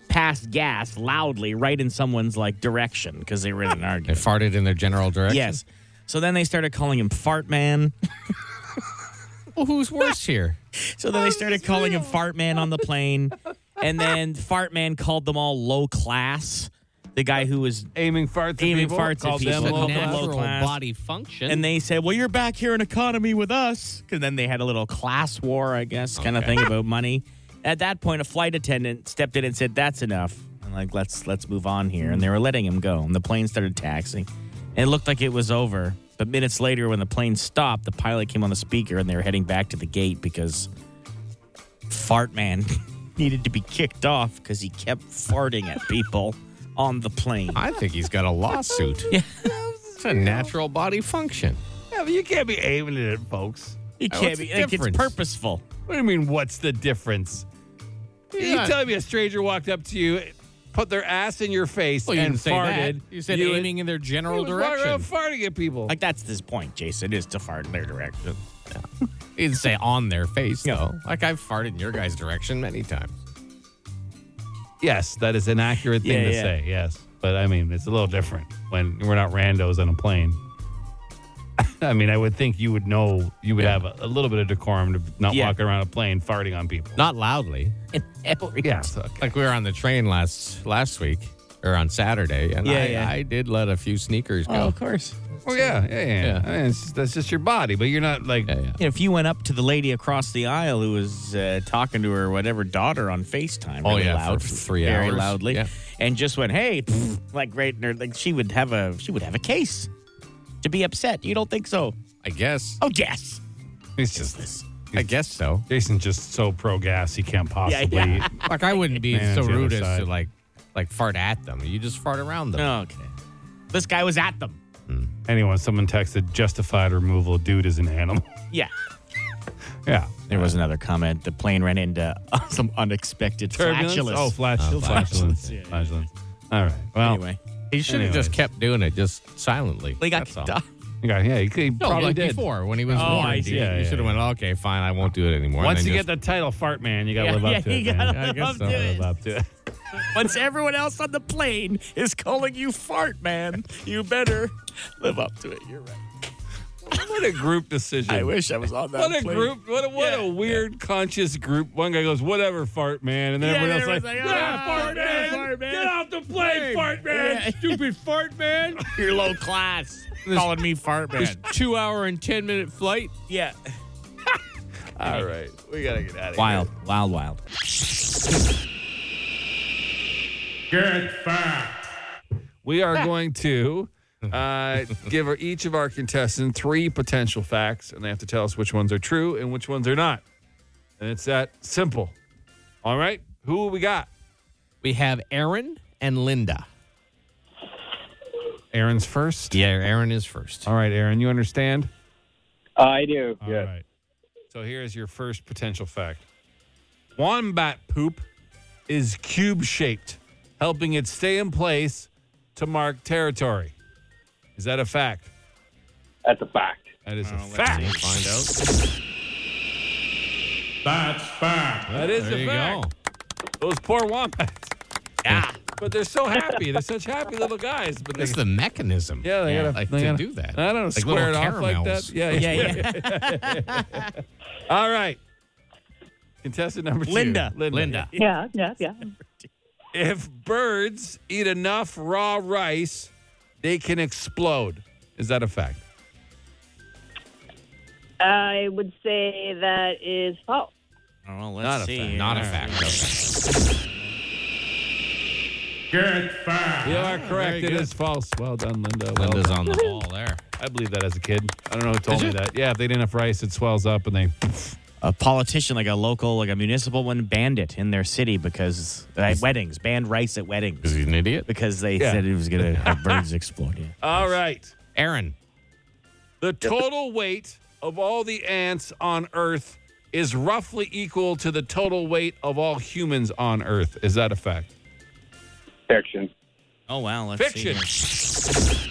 S5: pass gas loudly right in someone's like direction because they were in an
S4: They
S5: argument.
S4: farted in their general direction.
S5: Yes. So then they started calling him Fart Man.
S4: Well, who's worse here?
S5: So then they started calling him Fart Man on the plane. And then Fart Man called them all low class. The guy who was.
S3: Aiming farts at
S5: Aiming
S3: people.
S5: farts at
S3: Called
S5: people.
S3: them low
S5: Called them
S3: class.
S5: low
S4: Natural
S5: class.
S4: body function.
S5: And they said, well, you're back here in economy with us. Because then they had a little class war, I guess, kind of thing about money. At that point, a flight attendant stepped in and said, that's enough. And like, let's let's move on here. And they were letting him go. And the plane started taxiing. And it looked like it was over. But minutes later, when the plane stopped, the pilot came on the speaker and they were heading back to the gate because Fart Man needed to be kicked off because he kept farting at people on the plane.
S4: I think he's got a lawsuit. yeah. It's a natural body function.
S3: Yeah, but you can't be aiming it at folks.
S5: You
S4: what's
S5: can't
S4: the
S5: be, like, it's
S4: difference?
S5: purposeful.
S3: What do you mean, what's the difference?
S4: Yeah.
S3: You tell me a stranger walked up to you, put their ass in your face,
S4: Well, you
S3: and
S4: didn't say that.
S3: farted.
S4: You said
S3: would-
S4: aiming in their
S3: he
S4: general
S3: was walking
S4: direction.
S3: around farting at people.
S5: Like that's this point, Jason, is to fart in their direction.
S4: you didn't say on their face, though. Like I've farted in your guys' direction many times.
S3: yes, that is an accurate thing
S5: Yeah,
S3: to
S5: yeah.
S3: say. Yes, but I mean, it's a little different when we're not randos on a plane. I mean, I would think you would know. You would have a, a little bit of decorum to not
S5: Yeah.
S3: walking around a plane farting on people.
S4: Not loudly.
S3: yeah, so-
S4: Like we were on the train last last week or on Saturday, and
S5: Yeah,
S4: I,
S5: yeah.
S3: Oh.
S4: I did let a few sneakers go.
S5: course.
S3: Well, yeah, yeah, yeah. I mean, it's- that's just your body, but you're not like.
S5: You know, if you went up to the lady across the aisle who was uh, talking to her whatever daughter on FaceTime,
S4: Oh,
S5: really
S4: yeah,
S5: loud,
S4: for three
S5: very
S4: hours.
S5: loudly,
S4: Yeah.
S5: and just went, "Hey," pff, like right, in her, like she would have a she would have a case to be upset. You don't think so?
S4: I guess.
S5: Oh yes,
S3: It's just.
S4: I guess so.
S3: Jason's just so pro gas, he can't possibly.
S5: yeah.
S4: Like I wouldn't be
S3: Man,
S4: so
S3: it's the
S4: rude
S3: other
S4: as to
S3: side.
S4: like like fart at them. You just fart around them.
S5: okay. This guy was at them.
S3: Anyway, someone texted justified removal. Dude is an animal.
S5: Yeah.
S3: yeah.
S5: There was another comment. The plane ran into some unexpected flatulence.
S3: Oh, flatulence. flatulence.
S5: Uh, yeah.
S3: Flatulence. All right. Well,
S5: anyway,
S4: He should have just
S3: Anyways.
S4: kept doing it just silently.
S5: they got
S4: That's all.
S5: kicked off.
S3: you got- yeah, he, he
S4: No,
S3: probably
S4: like
S3: did.
S4: before when he was
S5: Oh,
S4: warned.
S5: I
S4: You-
S5: see.
S4: You,
S3: Yeah, yeah,
S4: should have went, okay, fine, I won't do it anymore.
S3: Once you get the title fart man, you got to
S5: Yeah,
S3: live up
S5: yeah,
S3: to it.
S5: you
S3: man.
S5: gotta
S3: Yeah, I
S5: live
S3: guess
S5: up
S3: so.
S5: to it.
S3: Live up to it.
S5: Once everyone else on the plane is calling you fart man, you better live up to it. You're right.
S3: What a group decision.
S5: I wish I was on that.
S3: What a
S5: plane.
S3: group! What a, what
S5: Yeah.
S3: a weird conscious group. One guy goes, "Whatever, fart man," and then
S5: Yeah,
S3: everyone else
S5: everyone's
S3: like,
S5: like,
S3: "Yeah,
S5: "Ah,
S3: fart, man,
S5: fart man."
S3: get off the plane, fart man,
S5: Yeah.
S3: stupid fart man."
S5: You're low class. calling me fart man.
S4: two hour and 10 minute flight.
S5: Yeah.
S3: All right, we gotta get out of
S5: Wild, wild, wild.
S3: We are going to uh, give our, each of our contestants three potential facts, and they have to tell us which ones are true and which ones are not. And it's that simple. All right, who we got?
S4: We have Aaron and Linda.
S3: Aaron's first.
S4: Yeah, Aaron is first.
S5: Oh,
S3: All right, Aaron, you understand?
S10: I do.
S3: All right. So here is your first potential fact. Wombat poop is cube shaped, helping it stay in place to mark territory. Is that a fact?
S10: That's a fact.
S3: That is a fact.
S4: Find out.
S3: That is
S4: There
S3: a
S4: you
S3: fact.
S4: go.
S3: Those poor wombats.
S5: Yeah.
S3: But they're so happy. they're such happy little guys. But they,
S4: That's the mechanism.
S3: yeah, they gotta,
S4: like
S3: they
S4: to
S3: gotta-
S4: do that.
S3: I don't know.
S4: Like
S3: square it
S4: little
S3: off like
S4: caramels.
S3: that. Yeah, yeah.
S5: Yeah, yeah.
S3: All right. Contestant number two.
S5: Linda.
S3: Linda.
S4: Linda.
S11: Yeah, yeah, yeah.
S3: If birds eat enough raw rice, they can explode. Is that a fact?
S11: I would say that is false.
S3: Oh,
S5: Well, let's
S3: Not a
S5: see.
S3: fact.
S5: here.
S4: Not a fact.
S3: You are correct. It
S4: good.
S3: is false. Well done, Linda. Well
S4: Linda's
S3: done.
S4: on the ball there.
S3: I believe that as a kid. I don't know who told me that. Yeah, if they eat enough rice, it swells up and they.
S5: A politician, like a local, like a municipal one, banned it in their city because at weddings banned rice at weddings
S4: he's an idiot.
S5: because they
S3: Yeah.
S5: said it was gonna have birds explode. Yeah.
S3: All right.
S4: Aaron.
S3: The total weight of all the ants on Earth is roughly equal to the total weight of all humans on Earth. Is that a fact?
S10: Fiction.
S5: Oh wow, let's
S3: Fiction.
S5: see. here.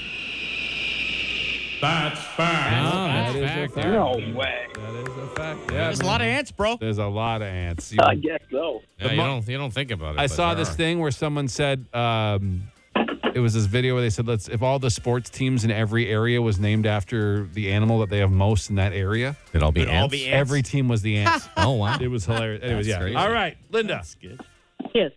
S4: That is
S3: That is a fact.
S10: No way.
S3: That is a fact. Yeah,
S5: There's a lot of ants, Uh, bro.
S3: There's a lot of ants. You-
S10: I guess so.
S4: Yeah, you,
S3: mo-
S4: don't, you don't think about it.
S3: I
S4: but
S3: saw
S4: there
S3: this
S4: are.
S3: thing where someone said um, it was this video where they said, "Let's if all the sports teams in every area was named after the animal that they have most in that area,
S4: It'd all be
S5: It'd all
S4: ants.
S5: be ants.
S3: every team was the ants."
S4: Oh, wow.
S3: it was hilarious. Anyways,
S4: That's
S3: yeah.
S4: crazy.
S3: All right, Linda.
S5: good.
S11: Yes.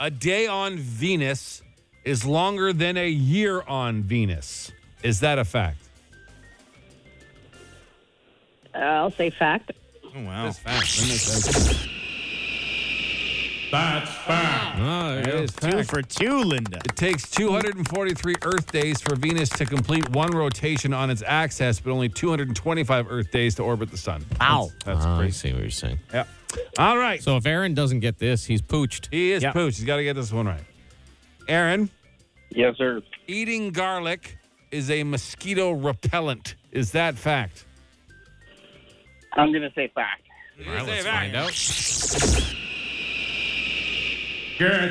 S3: A day on Venus is longer than a year on Venus. Is that a fact?
S11: I'll say fact.
S5: Oh wow.
S3: fact. That's fact.
S4: Oh, there you go.
S5: Two for two, Linda.
S3: It takes 243 Earth days for Venus to complete one rotation on its axis, but only 225 Earth days to orbit the sun.
S5: Wow. Uh-huh.
S3: That's
S4: Oh, I
S3: crazy.
S4: see what you're saying.
S3: Yeah. All right.
S4: So if Aaron doesn't get this, he's pooched.
S3: He is
S5: Yeah.
S3: pooch. He's got to get this one right. Aaron,
S10: Yes, sir.
S3: eating garlic is a mosquito repellent. Is that fact?
S10: I'm gonna say fact.
S4: All right, let's find out.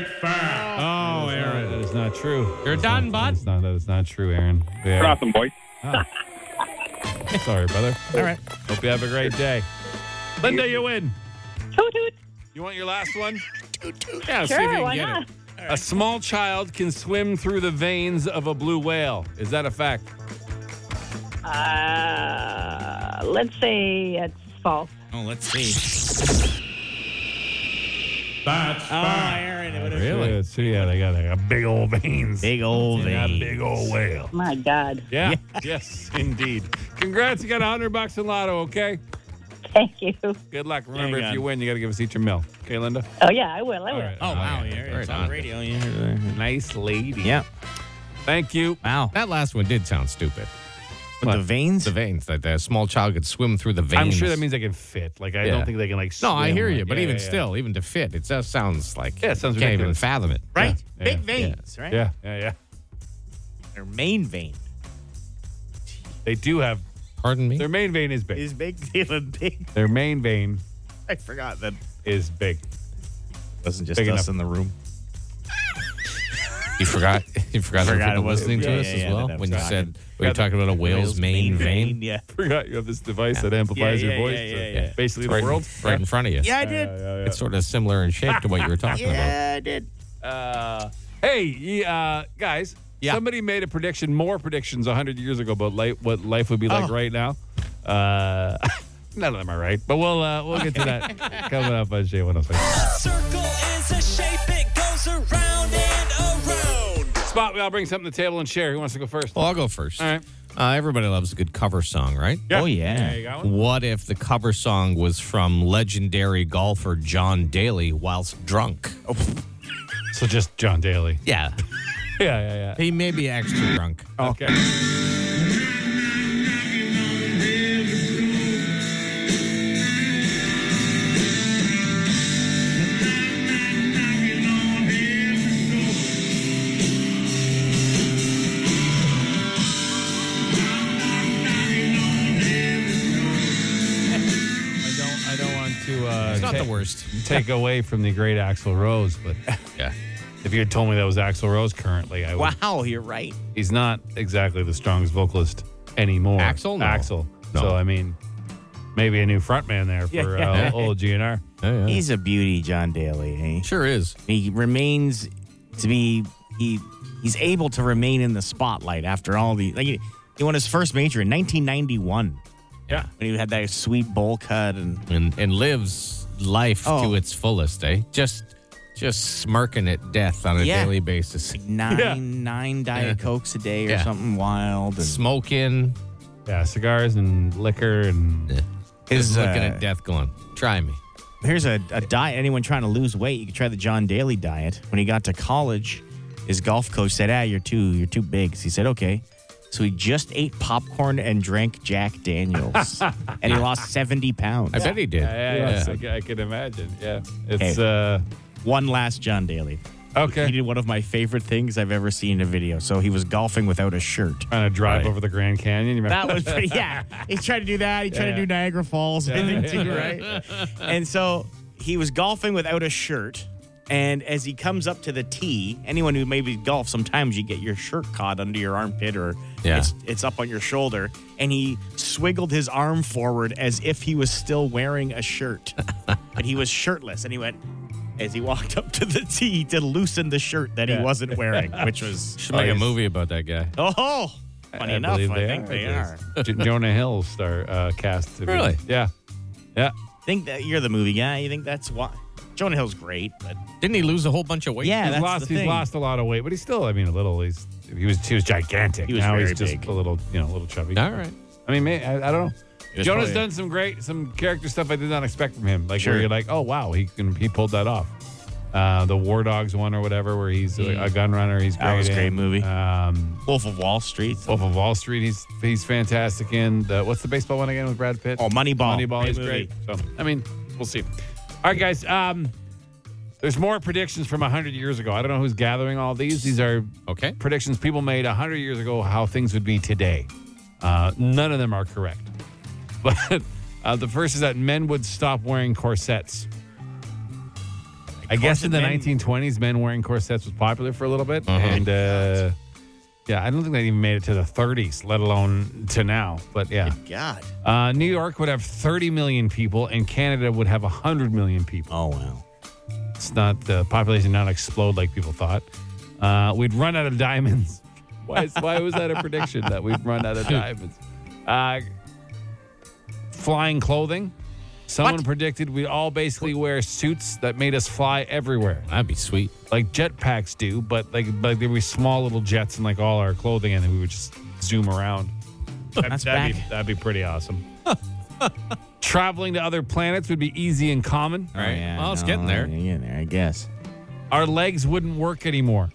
S3: Oh, Aaron. That is not true.
S4: You're done, bud.
S3: That's not, that is not true, Aaron. Yeah. Ah.
S10: Awesome, boy.
S3: Sorry, brother. All right. Hope you have a great day. Linda, you win.
S11: Toot toot.
S3: You want your last one?
S4: Yeah, see if you
S11: Sure,
S4: can
S11: why
S4: get
S11: not?
S4: it.
S3: A small child can swim through the veins of a blue whale. Is that a fact?
S11: Uh, let's say it's false.
S5: Oh, let's see. Oh, Aaron, it would have
S3: Really? Yeah, so yeah, they got, they got big old veins.
S5: big old
S3: They got
S5: vein.
S3: big old whale.
S11: My God.
S3: Yeah. yes, indeed. Congrats, you got a hundred bucks in lotto. Okay.
S11: Thank you.
S3: Good luck. Remember,
S5: Hang
S3: if
S5: on.
S3: you win, you got to give us each your meal. Okay, Linda.
S11: Oh yeah, I will. I will.
S3: Oh wow, yeah,
S5: it's on the radio. Yeah.
S3: Nice lady.
S5: yeah.
S3: Thank you.
S5: Wow.
S4: That last one did sound stupid.
S5: With the veins?
S4: The veins that a small child could swim through the veins.
S3: I'm sure that means I can fit. Like I
S4: Yeah.
S3: don't think they can like.
S4: No, I
S3: swim,
S4: hear
S3: like-
S4: you, but
S3: Yeah,
S4: even
S3: yeah, yeah.
S4: still, even to fit, it just sounds like
S3: Yeah, it sounds
S4: you can't even
S3: ridiculous.
S4: fathom it.
S5: Right?
S3: Yeah.
S5: Big
S3: Yeah.
S5: veins, right?
S3: Yeah, yeah, yeah.
S5: Their main vein
S3: They do have
S4: Pardon me.
S3: their main vein is big.
S5: is big. They have a big.
S3: Their main vein
S5: I forgot that
S3: is big.
S5: wasn't just
S3: Big
S5: us
S3: enough.
S5: in the room.
S4: You forgot. You forgot.
S5: Forgot
S4: that
S5: it
S4: people were
S5: wasn't-
S4: listening
S5: yeah,
S4: to us
S5: yeah,
S4: as
S5: yeah,
S4: well
S5: that
S4: when you
S5: was
S4: said we were talking about a whale's main vein.
S5: Yeah.
S3: Forgot you have this device that amplifies
S5: Yeah, yeah,
S3: your voice.
S5: yeah,
S3: to
S5: yeah, yeah.
S3: Basically,
S4: Right
S3: the
S4: in-
S3: world.
S4: right in front of you.
S5: Yeah, I did.
S4: It's sort of similar in shape to what you were
S5: Uh-huh.
S4: talking about.
S5: yeah, I did.
S3: Uh, hey, ye- uh, guys.
S4: Yeah.
S3: Somebody made a prediction, more predictions 100 years ago about li- what life would be like
S5: Oh.
S3: right now. Uh, none of them are right, but we'll uh, we'll get to that coming up on J106.
S6: Circle is a shape, it goes around and around.
S3: Spot, we all bring something to the table and share. Who wants to go first?
S4: Well, I'll go first.
S3: All right.
S4: Uh, everybody loves a good cover song, right?
S5: Oh, yeah.
S3: you got one?
S4: What if the cover song was from legendary golfer John Daly whilst drunk?
S3: So just John Daly.
S4: Yeah.
S3: Yeah, yeah,
S4: he may be extra drunk.
S3: yeah. Okay. I don't, I don't want to. Uh,
S4: It's not
S3: take-
S4: the worst.
S3: take away from the great Axl Rose, but
S4: Yeah.
S3: if you had told me that was Axl Rose currently, I would.
S5: Wow, you're right.
S3: He's not exactly the strongest vocalist anymore.
S4: Axl? No.
S3: Axl.
S4: No.
S3: So I mean, maybe a new frontman there
S5: Yeah,
S3: for
S5: yeah.
S3: Uh, old GNR.
S4: Yeah, yeah.
S5: He's a beauty, John Daly. eh?
S4: Sure is.
S5: He remains to be he he's able to remain in the spotlight after all the like he, he won his first major in 1991
S3: Yeah.
S5: when he had that sweet bowl cut and
S4: And and lives life
S5: Oh.
S4: to its fullest, eh? Just just smirking at death on a
S5: Yeah.
S4: daily basis.
S5: nine
S3: Yeah.
S5: nine diet cokes a day or
S4: Yeah.
S5: something wild. And
S4: Smoking,
S3: Yeah, cigars and liquor and
S4: just
S5: His,
S4: looking
S5: uh,
S4: at death going, try me.
S5: here's a, a diet. Anyone trying to lose weight, you could try the John Daly diet. When he got to college, his golf coach said, "Ah, you're too you're too big." So he said, "Okay." So he just ate popcorn and drank Jack Daniels, and he lost seventy pounds.
S4: I bet he did.
S3: yeah, yeah, yes, I ca- I, can imagine. Yeah, it's uh
S5: One last John Daly. He
S3: okay.
S5: did one of my favorite things I've ever seen in a video. So he was golfing without a shirt.
S3: Trying to drive over the Grand Canyon. You
S5: That
S3: remember?
S5: was pretty. Yeah, he tried to do that. He tried
S3: Yeah.
S5: to do Niagara Falls, I think, too, right? And so he was golfing without a shirt. And as he comes up to the tee, anyone who maybe golf, sometimes you get your shirt caught under your armpit or
S4: Yeah.
S5: it's, it's up on your shoulder. And he swiggled his arm forward as if he was still wearing a shirt, but he was shirtless. And he went as he walked up to the tee to loosen the shirt that he wasn't wearing, which was
S4: Should make a movie about that guy.
S5: oh, funny
S3: I
S5: enough, I
S3: believe they
S5: think
S3: are,
S5: they
S3: at
S5: are.
S3: least. J- Jonah Hill star uh, cast. to be-
S4: Really?
S3: Yeah, yeah.
S5: Think that you're the movie guy. You think that's why Jonah Hill's great, but
S4: Didn't he lose a whole bunch of weight?
S5: Yeah,
S3: he's
S5: that's
S3: lost.
S5: the
S3: he's
S5: thing.
S3: lost a lot of weight, but he's still. I mean, a little. He's he was he was gigantic.
S5: He was
S3: now
S5: very
S3: he's just
S5: big.
S3: a little, you know, a little chubby.
S4: All right.
S3: I mean, may- I, I don't know.
S5: was
S3: Jonah's
S5: probably-
S3: done some great, some character stuff I did not expect from him. Like
S5: Sure.
S3: where you're like, oh wow, he can he pulled that off. Uh, the War Dogs one or whatever, where he's a, a gun runner. He's great.
S5: Mm. That was a great
S3: in.
S5: movie.
S3: Um,
S5: Wolf of Wall Street.
S3: Wolf of Wall Street. He's he's fantastic in. The, what's the baseball one again with Brad Pitt?
S5: Oh, Moneyball.
S3: Moneyball
S5: Great
S3: is
S5: movie.
S3: great. So I mean, we'll see. All right, guys. Um, there's more predictions from 100 years ago. I don't know who's gathering all these. These are
S4: Okay.
S3: predictions people made 100 years ago how things would be today. Uh, none of them are correct. But uh, the first is that men would stop wearing corsets. I guess in the
S5: corset men-
S3: 1920s, men wearing corsets was popular for a little bit. And uh, yeah, I don't think they even made it to the 30s, let alone to now. But yeah.
S5: God.
S3: Uh, New York would have 30 million people, and Canada would have 100 million people
S5: Oh wow.
S3: it's not the population not explode like people thought. Uh, we'd run out of diamonds. Why, is- why was that a prediction that we'd run out of diamonds? Uh, flying clothing. Someone predicted we'd all basically wear suits that made us fly everywhere,
S4: That'd be sweet.
S3: like jetpacks do, but like but there were small little jets in like all our clothing, and then we would just zoom around. That,
S5: That's
S3: that'd,
S5: back.
S3: Be, that'd be pretty awesome. Traveling to other planets would be easy and common.
S5: Oh, yeah,
S4: Well, it's
S5: no,
S4: getting there.
S5: you're Getting there, I guess.
S3: Our legs wouldn't work anymore.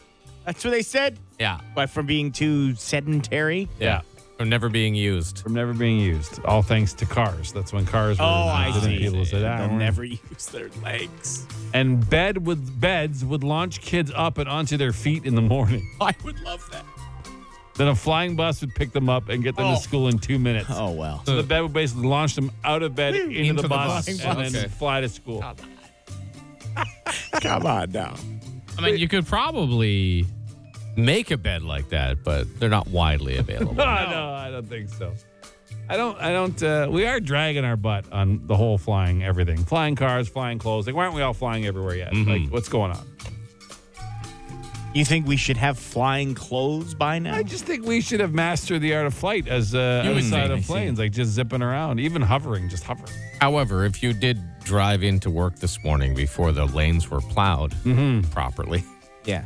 S5: That's what they said.
S4: Yeah.
S5: Why, from being too sedentary?
S3: Yeah.
S4: From never being used.
S3: From never being used. All thanks to cars. That's when cars were invented and people said, "Ah,
S5: Oh, They'll
S3: we're-"
S5: never use their legs.
S3: and bed with beds would launch kids up and onto their feet in the morning.
S5: I would love that.
S3: Then a flying bus would pick them up and get them
S5: Oh.
S3: to school in two minutes.
S5: Oh, well.
S3: So the bed would basically launch them out of bed into,
S4: Into
S3: the,
S4: the
S3: bus,
S4: bus.
S3: and
S4: Okay.
S3: then fly to school.
S5: Come on now.
S4: I mean, you could probably make a bed like that, but they're not widely available.
S3: No, Oh, no, I don't think so. I don't. I don't. Uh, we are dragging our butt on the whole flying everything, flying cars, flying clothes. Like, why aren't we all flying everywhere yet?
S4: Mm-hmm.
S3: Like, what's going on?
S5: You think we should have flying clothes by now?
S3: I just think we should have mastered the art of flight as uh,
S4: You would
S3: outside
S4: think, I
S3: of
S4: see.
S3: planes, like just zipping around, even hovering, just hovering.
S4: However, if you did drive into work this morning before the lanes were plowed
S5: Mm-hmm.
S4: properly,
S5: yeah.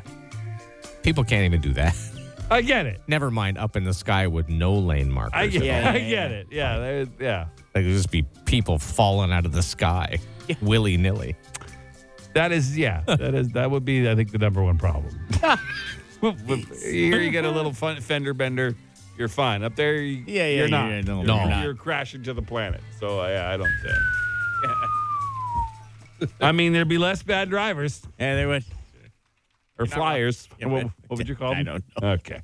S4: people can't even do that.
S3: I get it.
S4: Never mind up in the sky with no lane markers.
S3: I get.
S5: Yeah,
S3: I
S5: yeah,
S3: get it. Yeah, there- yeah.
S4: Like there'd just be people falling out of the sky willy nilly.
S3: That is. Yeah. that is. That would be. I think the number one problem. Here you get a little fun, fender bender. You're fine up there. You,
S5: Yeah, yeah,
S3: You're not.
S5: yeah, no,
S3: you're,
S5: no.
S3: you're-
S5: you're not.
S3: you're crashing to the planet. So I, I don't. Uh, I mean, there'd be less bad drivers.
S5: Yeah, they would.
S3: or flyers.
S5: Yeah,
S3: what,
S5: but-
S3: what would you call them?
S5: I don't
S3: know. Okay.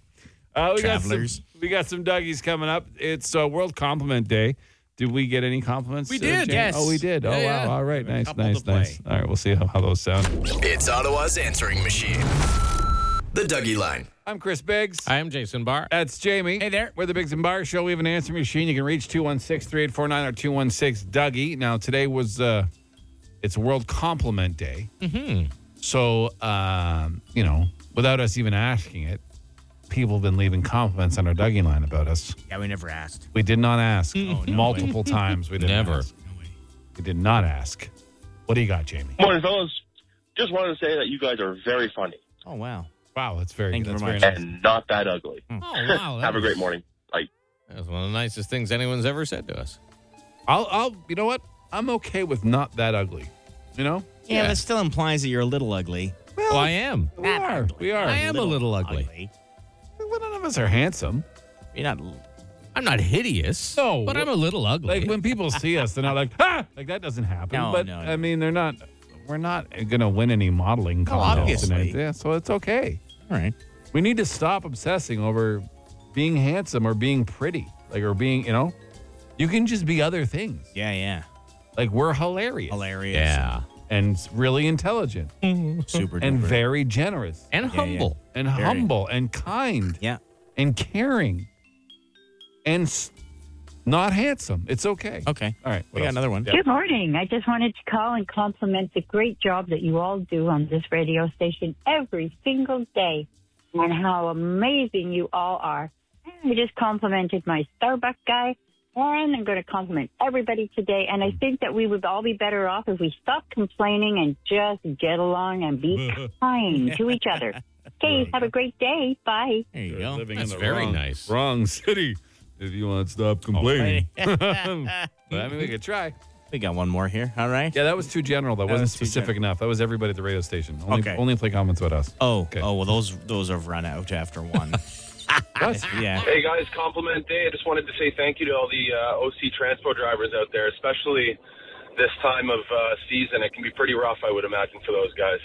S3: Uh, we Got
S5: Travelers.
S3: some, we got some Dougies coming up. It's uh, World Compliment Day. Did we get any compliments?
S4: We
S3: uh,
S4: did,
S3: Jane?
S4: yes.
S3: Oh, we did. oh,
S4: Yeah, yeah.
S3: wow. All right. Nice,
S4: couple
S3: nice,
S4: to
S3: nice. All right. We'll see how, how those sound.
S2: It's Ottawa's answering machine. The Dougie Line.
S3: I'm Chris Biggs.
S4: I am Jason Barr.
S3: That's Jamie. Hey
S4: there.
S3: We're the Biggs and Bar Show. We have an answer machine. You can reach 216 3849 or 216 Dougie. Now, today was, uh, it's World Compliment Day. Mm-hmm. So, um, you know, without us even asking it, people have been leaving compliments on our Dougie line about us.
S5: Yeah, we never asked.
S3: We did not ask multiple times. We didn't
S4: Mm-hmm. Oh, Never.
S3: ask. We did not ask. What do you got, Jamie?
S12: Morning, fellas. Just wanted to say that you guys are very funny
S5: Oh, wow.
S3: Wow, that's very
S5: Thank you
S3: that's
S5: very
S3: very
S5: much.
S3: nice.
S12: and not that ugly.
S4: Oh wow! that
S12: Have a
S4: was-
S12: great morning. Bye.
S4: That was one of the nicest things anyone's ever said to us.
S3: I'll, I'll, you know what? I'm okay with not that ugly. You know,
S5: Yeah,
S4: Yeah.
S5: that still implies that you're a little ugly.
S4: Well, I am.
S3: we are. We are.
S4: I am a little ugly.
S3: Well, none of us are handsome.
S5: You're not.
S4: I'm not hideous.
S3: No.
S4: but I'm a little ugly.
S3: Like when people see us, they're not like, ah, like that doesn't happen.
S5: No,
S3: but
S5: no,
S3: I mean, they're not. We're not gonna win any modeling contests.
S5: obviously.
S3: tonight. Yeah, so it's okay.
S5: All right.
S3: We need to stop obsessing over being handsome or being pretty, like or being, you know, you can just be other things.
S5: Yeah, yeah.
S3: Like we're hilarious,
S5: Hilarious.
S4: yeah,
S3: and really intelligent,
S5: Super
S3: and
S5: duper.
S3: very generous,
S4: and
S5: yeah.
S4: humble.
S3: and
S5: Very.
S3: humble, and kind,
S5: Yeah.
S3: and caring, and s- not handsome. It's okay.
S5: Okay.
S3: All right,
S5: We got another one.
S11: Good morning. I just wanted to call and compliment the great job that you all do on this radio station every single day and how amazing you all are. I just complimented my Starbucks guy, and I'm going to compliment everybody today. And I think that we would all be better off if we stopped complaining and just get along and be kind to each other. Okay, have a great day. Bye.
S5: There you go.
S3: living
S4: That's
S3: in the
S4: very
S3: wrong,
S4: nice.
S3: wrong city. If you want to stop complaining, but I mean, we could try.
S5: We got one more here. All right.
S3: Yeah, that was too general. That, wasn't
S5: was too
S3: specific enough. That was everybody at the radio station. Only,
S5: Okay.
S3: only play comments about us.
S5: Oh,
S3: Okay.
S5: oh well, those those have run out after one.
S3: Us?
S5: yeah.
S13: Hey guys, compliment day. I just wanted to say thank you to all the uh, OC transport drivers out there, especially this time of uh, season. It can be pretty rough, I would imagine, for those guys.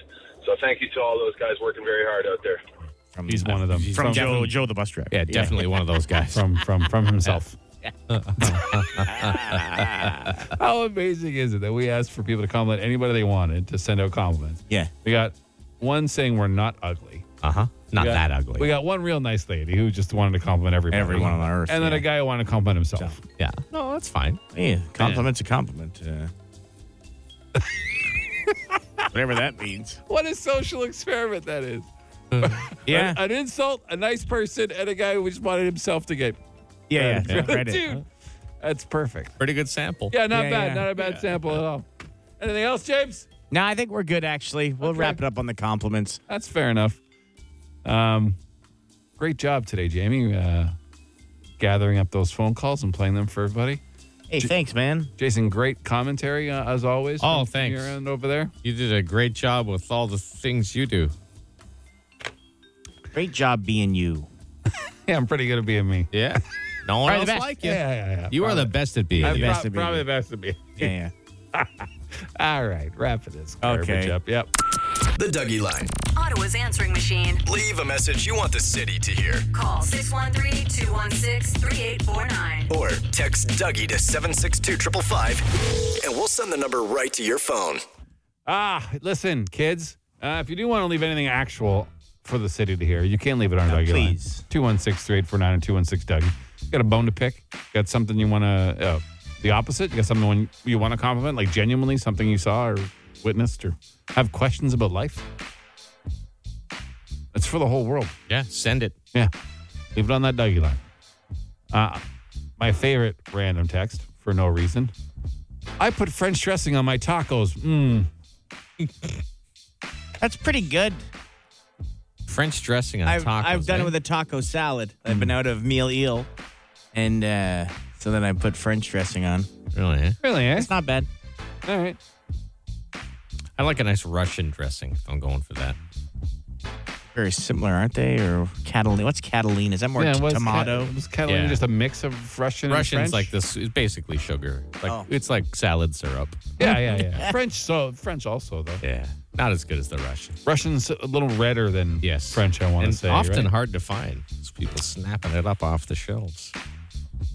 S13: So thank you to all those guys working very hard out there.
S5: From,
S3: He's one of them.
S5: From, Joe, Joe the bus driver.
S4: Yeah, definitely one of those guys.
S3: From from from himself. How amazing is it that we asked for people to compliment anybody they wanted to send out compliments?
S5: Yeah.
S3: We got one saying we're not ugly.
S4: Uh huh. Not
S3: We got-
S4: that ugly.
S3: We got one real nice lady who just wanted to compliment everybody.
S5: Everyone on earth,
S3: And then
S5: yeah.
S3: a guy who wanted to compliment himself.
S4: yeah. No, that's fine.
S5: Yeah, compliment's a compliment. Uh, whatever that means.
S3: What a social experiment that is.
S5: Yeah.
S3: An, an insult, a nice person, and a guy who just wanted himself to get
S5: Yeah, yeah.
S3: credit.
S5: Credit.
S3: Dude, that's perfect.
S4: Pretty good sample.
S3: Yeah, not
S5: Yeah,
S3: bad.
S5: yeah.
S3: Not a bad sample at all. Anything else, James?
S5: No, I think we're good, actually. We'll wrap it up on the compliments.
S3: That's fair enough. Um, great job today, Jamie. Uh, gathering up those phone calls and playing them for everybody.
S5: Hey, thanks, man.
S3: Jason, great commentary uh, as always.
S4: Oh,
S3: from
S4: thanks.
S3: Your end over there.
S4: You did a great job with all the things you do.
S5: Great job being you.
S3: yeah, I'm pretty good at being me.
S4: Yeah. No one else like you.
S3: Yeah, yeah, yeah.
S4: You are the best at being
S3: I'm
S4: you.
S3: prob- probably the best at being.
S5: Yeah, yeah.
S3: All right, wrapping this garbage
S5: Okay.
S3: up. Yep.
S2: The Dougie Line.
S9: Ottawa's answering machine.
S2: Leave a message you want the city to hear.
S9: Call 613 216 3849.
S2: Or text Dougie to 762-555, and we'll send the number right to your phone.
S3: Ah, listen, kids, uh, if you do want to leave anything actual for the city to hear, you can leave it on Dougie
S5: please.
S3: Line. 216-3849 and 216 Dougie. You got a bone to pick? Got something you want to, uh, the opposite? You got something you want to compliment, like genuinely something you saw or witnessed or have questions about life? It's for the whole world.
S4: Yeah, send it.
S3: Yeah. Leave it on that Dougie line. Uh, my favorite random text for no reason. I put French dressing on my tacos. Mmm.
S5: That's pretty good.
S4: French dressing on
S5: I've,
S4: tacos.
S5: I've done
S4: eh? Mm.
S5: it with a taco salad. I've been out of meal eel, and uh, so then I put French dressing on.
S4: Really? eh?
S3: Really, eh?
S5: It's not bad.
S3: All right.
S4: I like a nice Russian dressing. if I'm going for that.
S5: Very similar, aren't they? Or Catalina? What's Catalina? Is that more
S3: Yeah,
S5: t-
S3: was
S5: tomato?
S3: Ca- was Catalina
S4: Yeah.
S3: just a mix of Russian and
S4: Russian's
S3: French?
S4: like this. It's basically sugar. It's Like
S5: Oh.
S4: it's like salad syrup.
S3: Yeah, yeah, yeah. French so French also though.
S4: Yeah, not as good as the Russian.
S3: Russian's a little redder than
S4: Yes,
S3: French, I want to
S4: and
S3: say.
S4: often
S3: right?
S4: hard to find. It's people snapping it up off the shelves.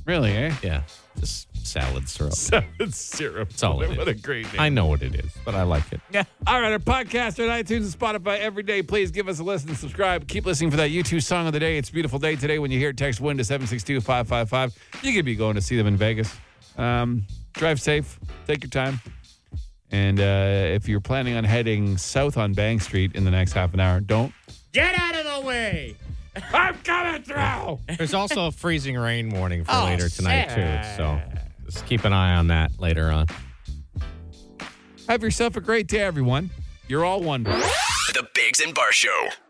S3: Really, eh?
S4: Yeah, just salad syrup.
S3: Salad syrup. That's
S4: all it is.
S3: What a great name.
S4: I know what it is, but I like it.
S3: Yeah. All right, our podcast on iTunes and Spotify every day. Please give us a listen, subscribe, keep listening for that U2 song of the day. It's a beautiful day today when you hear it, text one to 762-555. You could be going to see them in Vegas. Um, drive safe, take your time. And uh, if you're planning on heading south on Bank Street in the next half an hour, don't.
S5: Get out of the way!
S3: I'm coming through.
S4: There's also a freezing rain warning for
S5: Oh,
S4: later tonight too.
S5: sad.
S4: So just keep an eye on that later on.
S3: Have yourself a great day, everyone. You're all wonderful.
S2: The Bigs and Bar Show.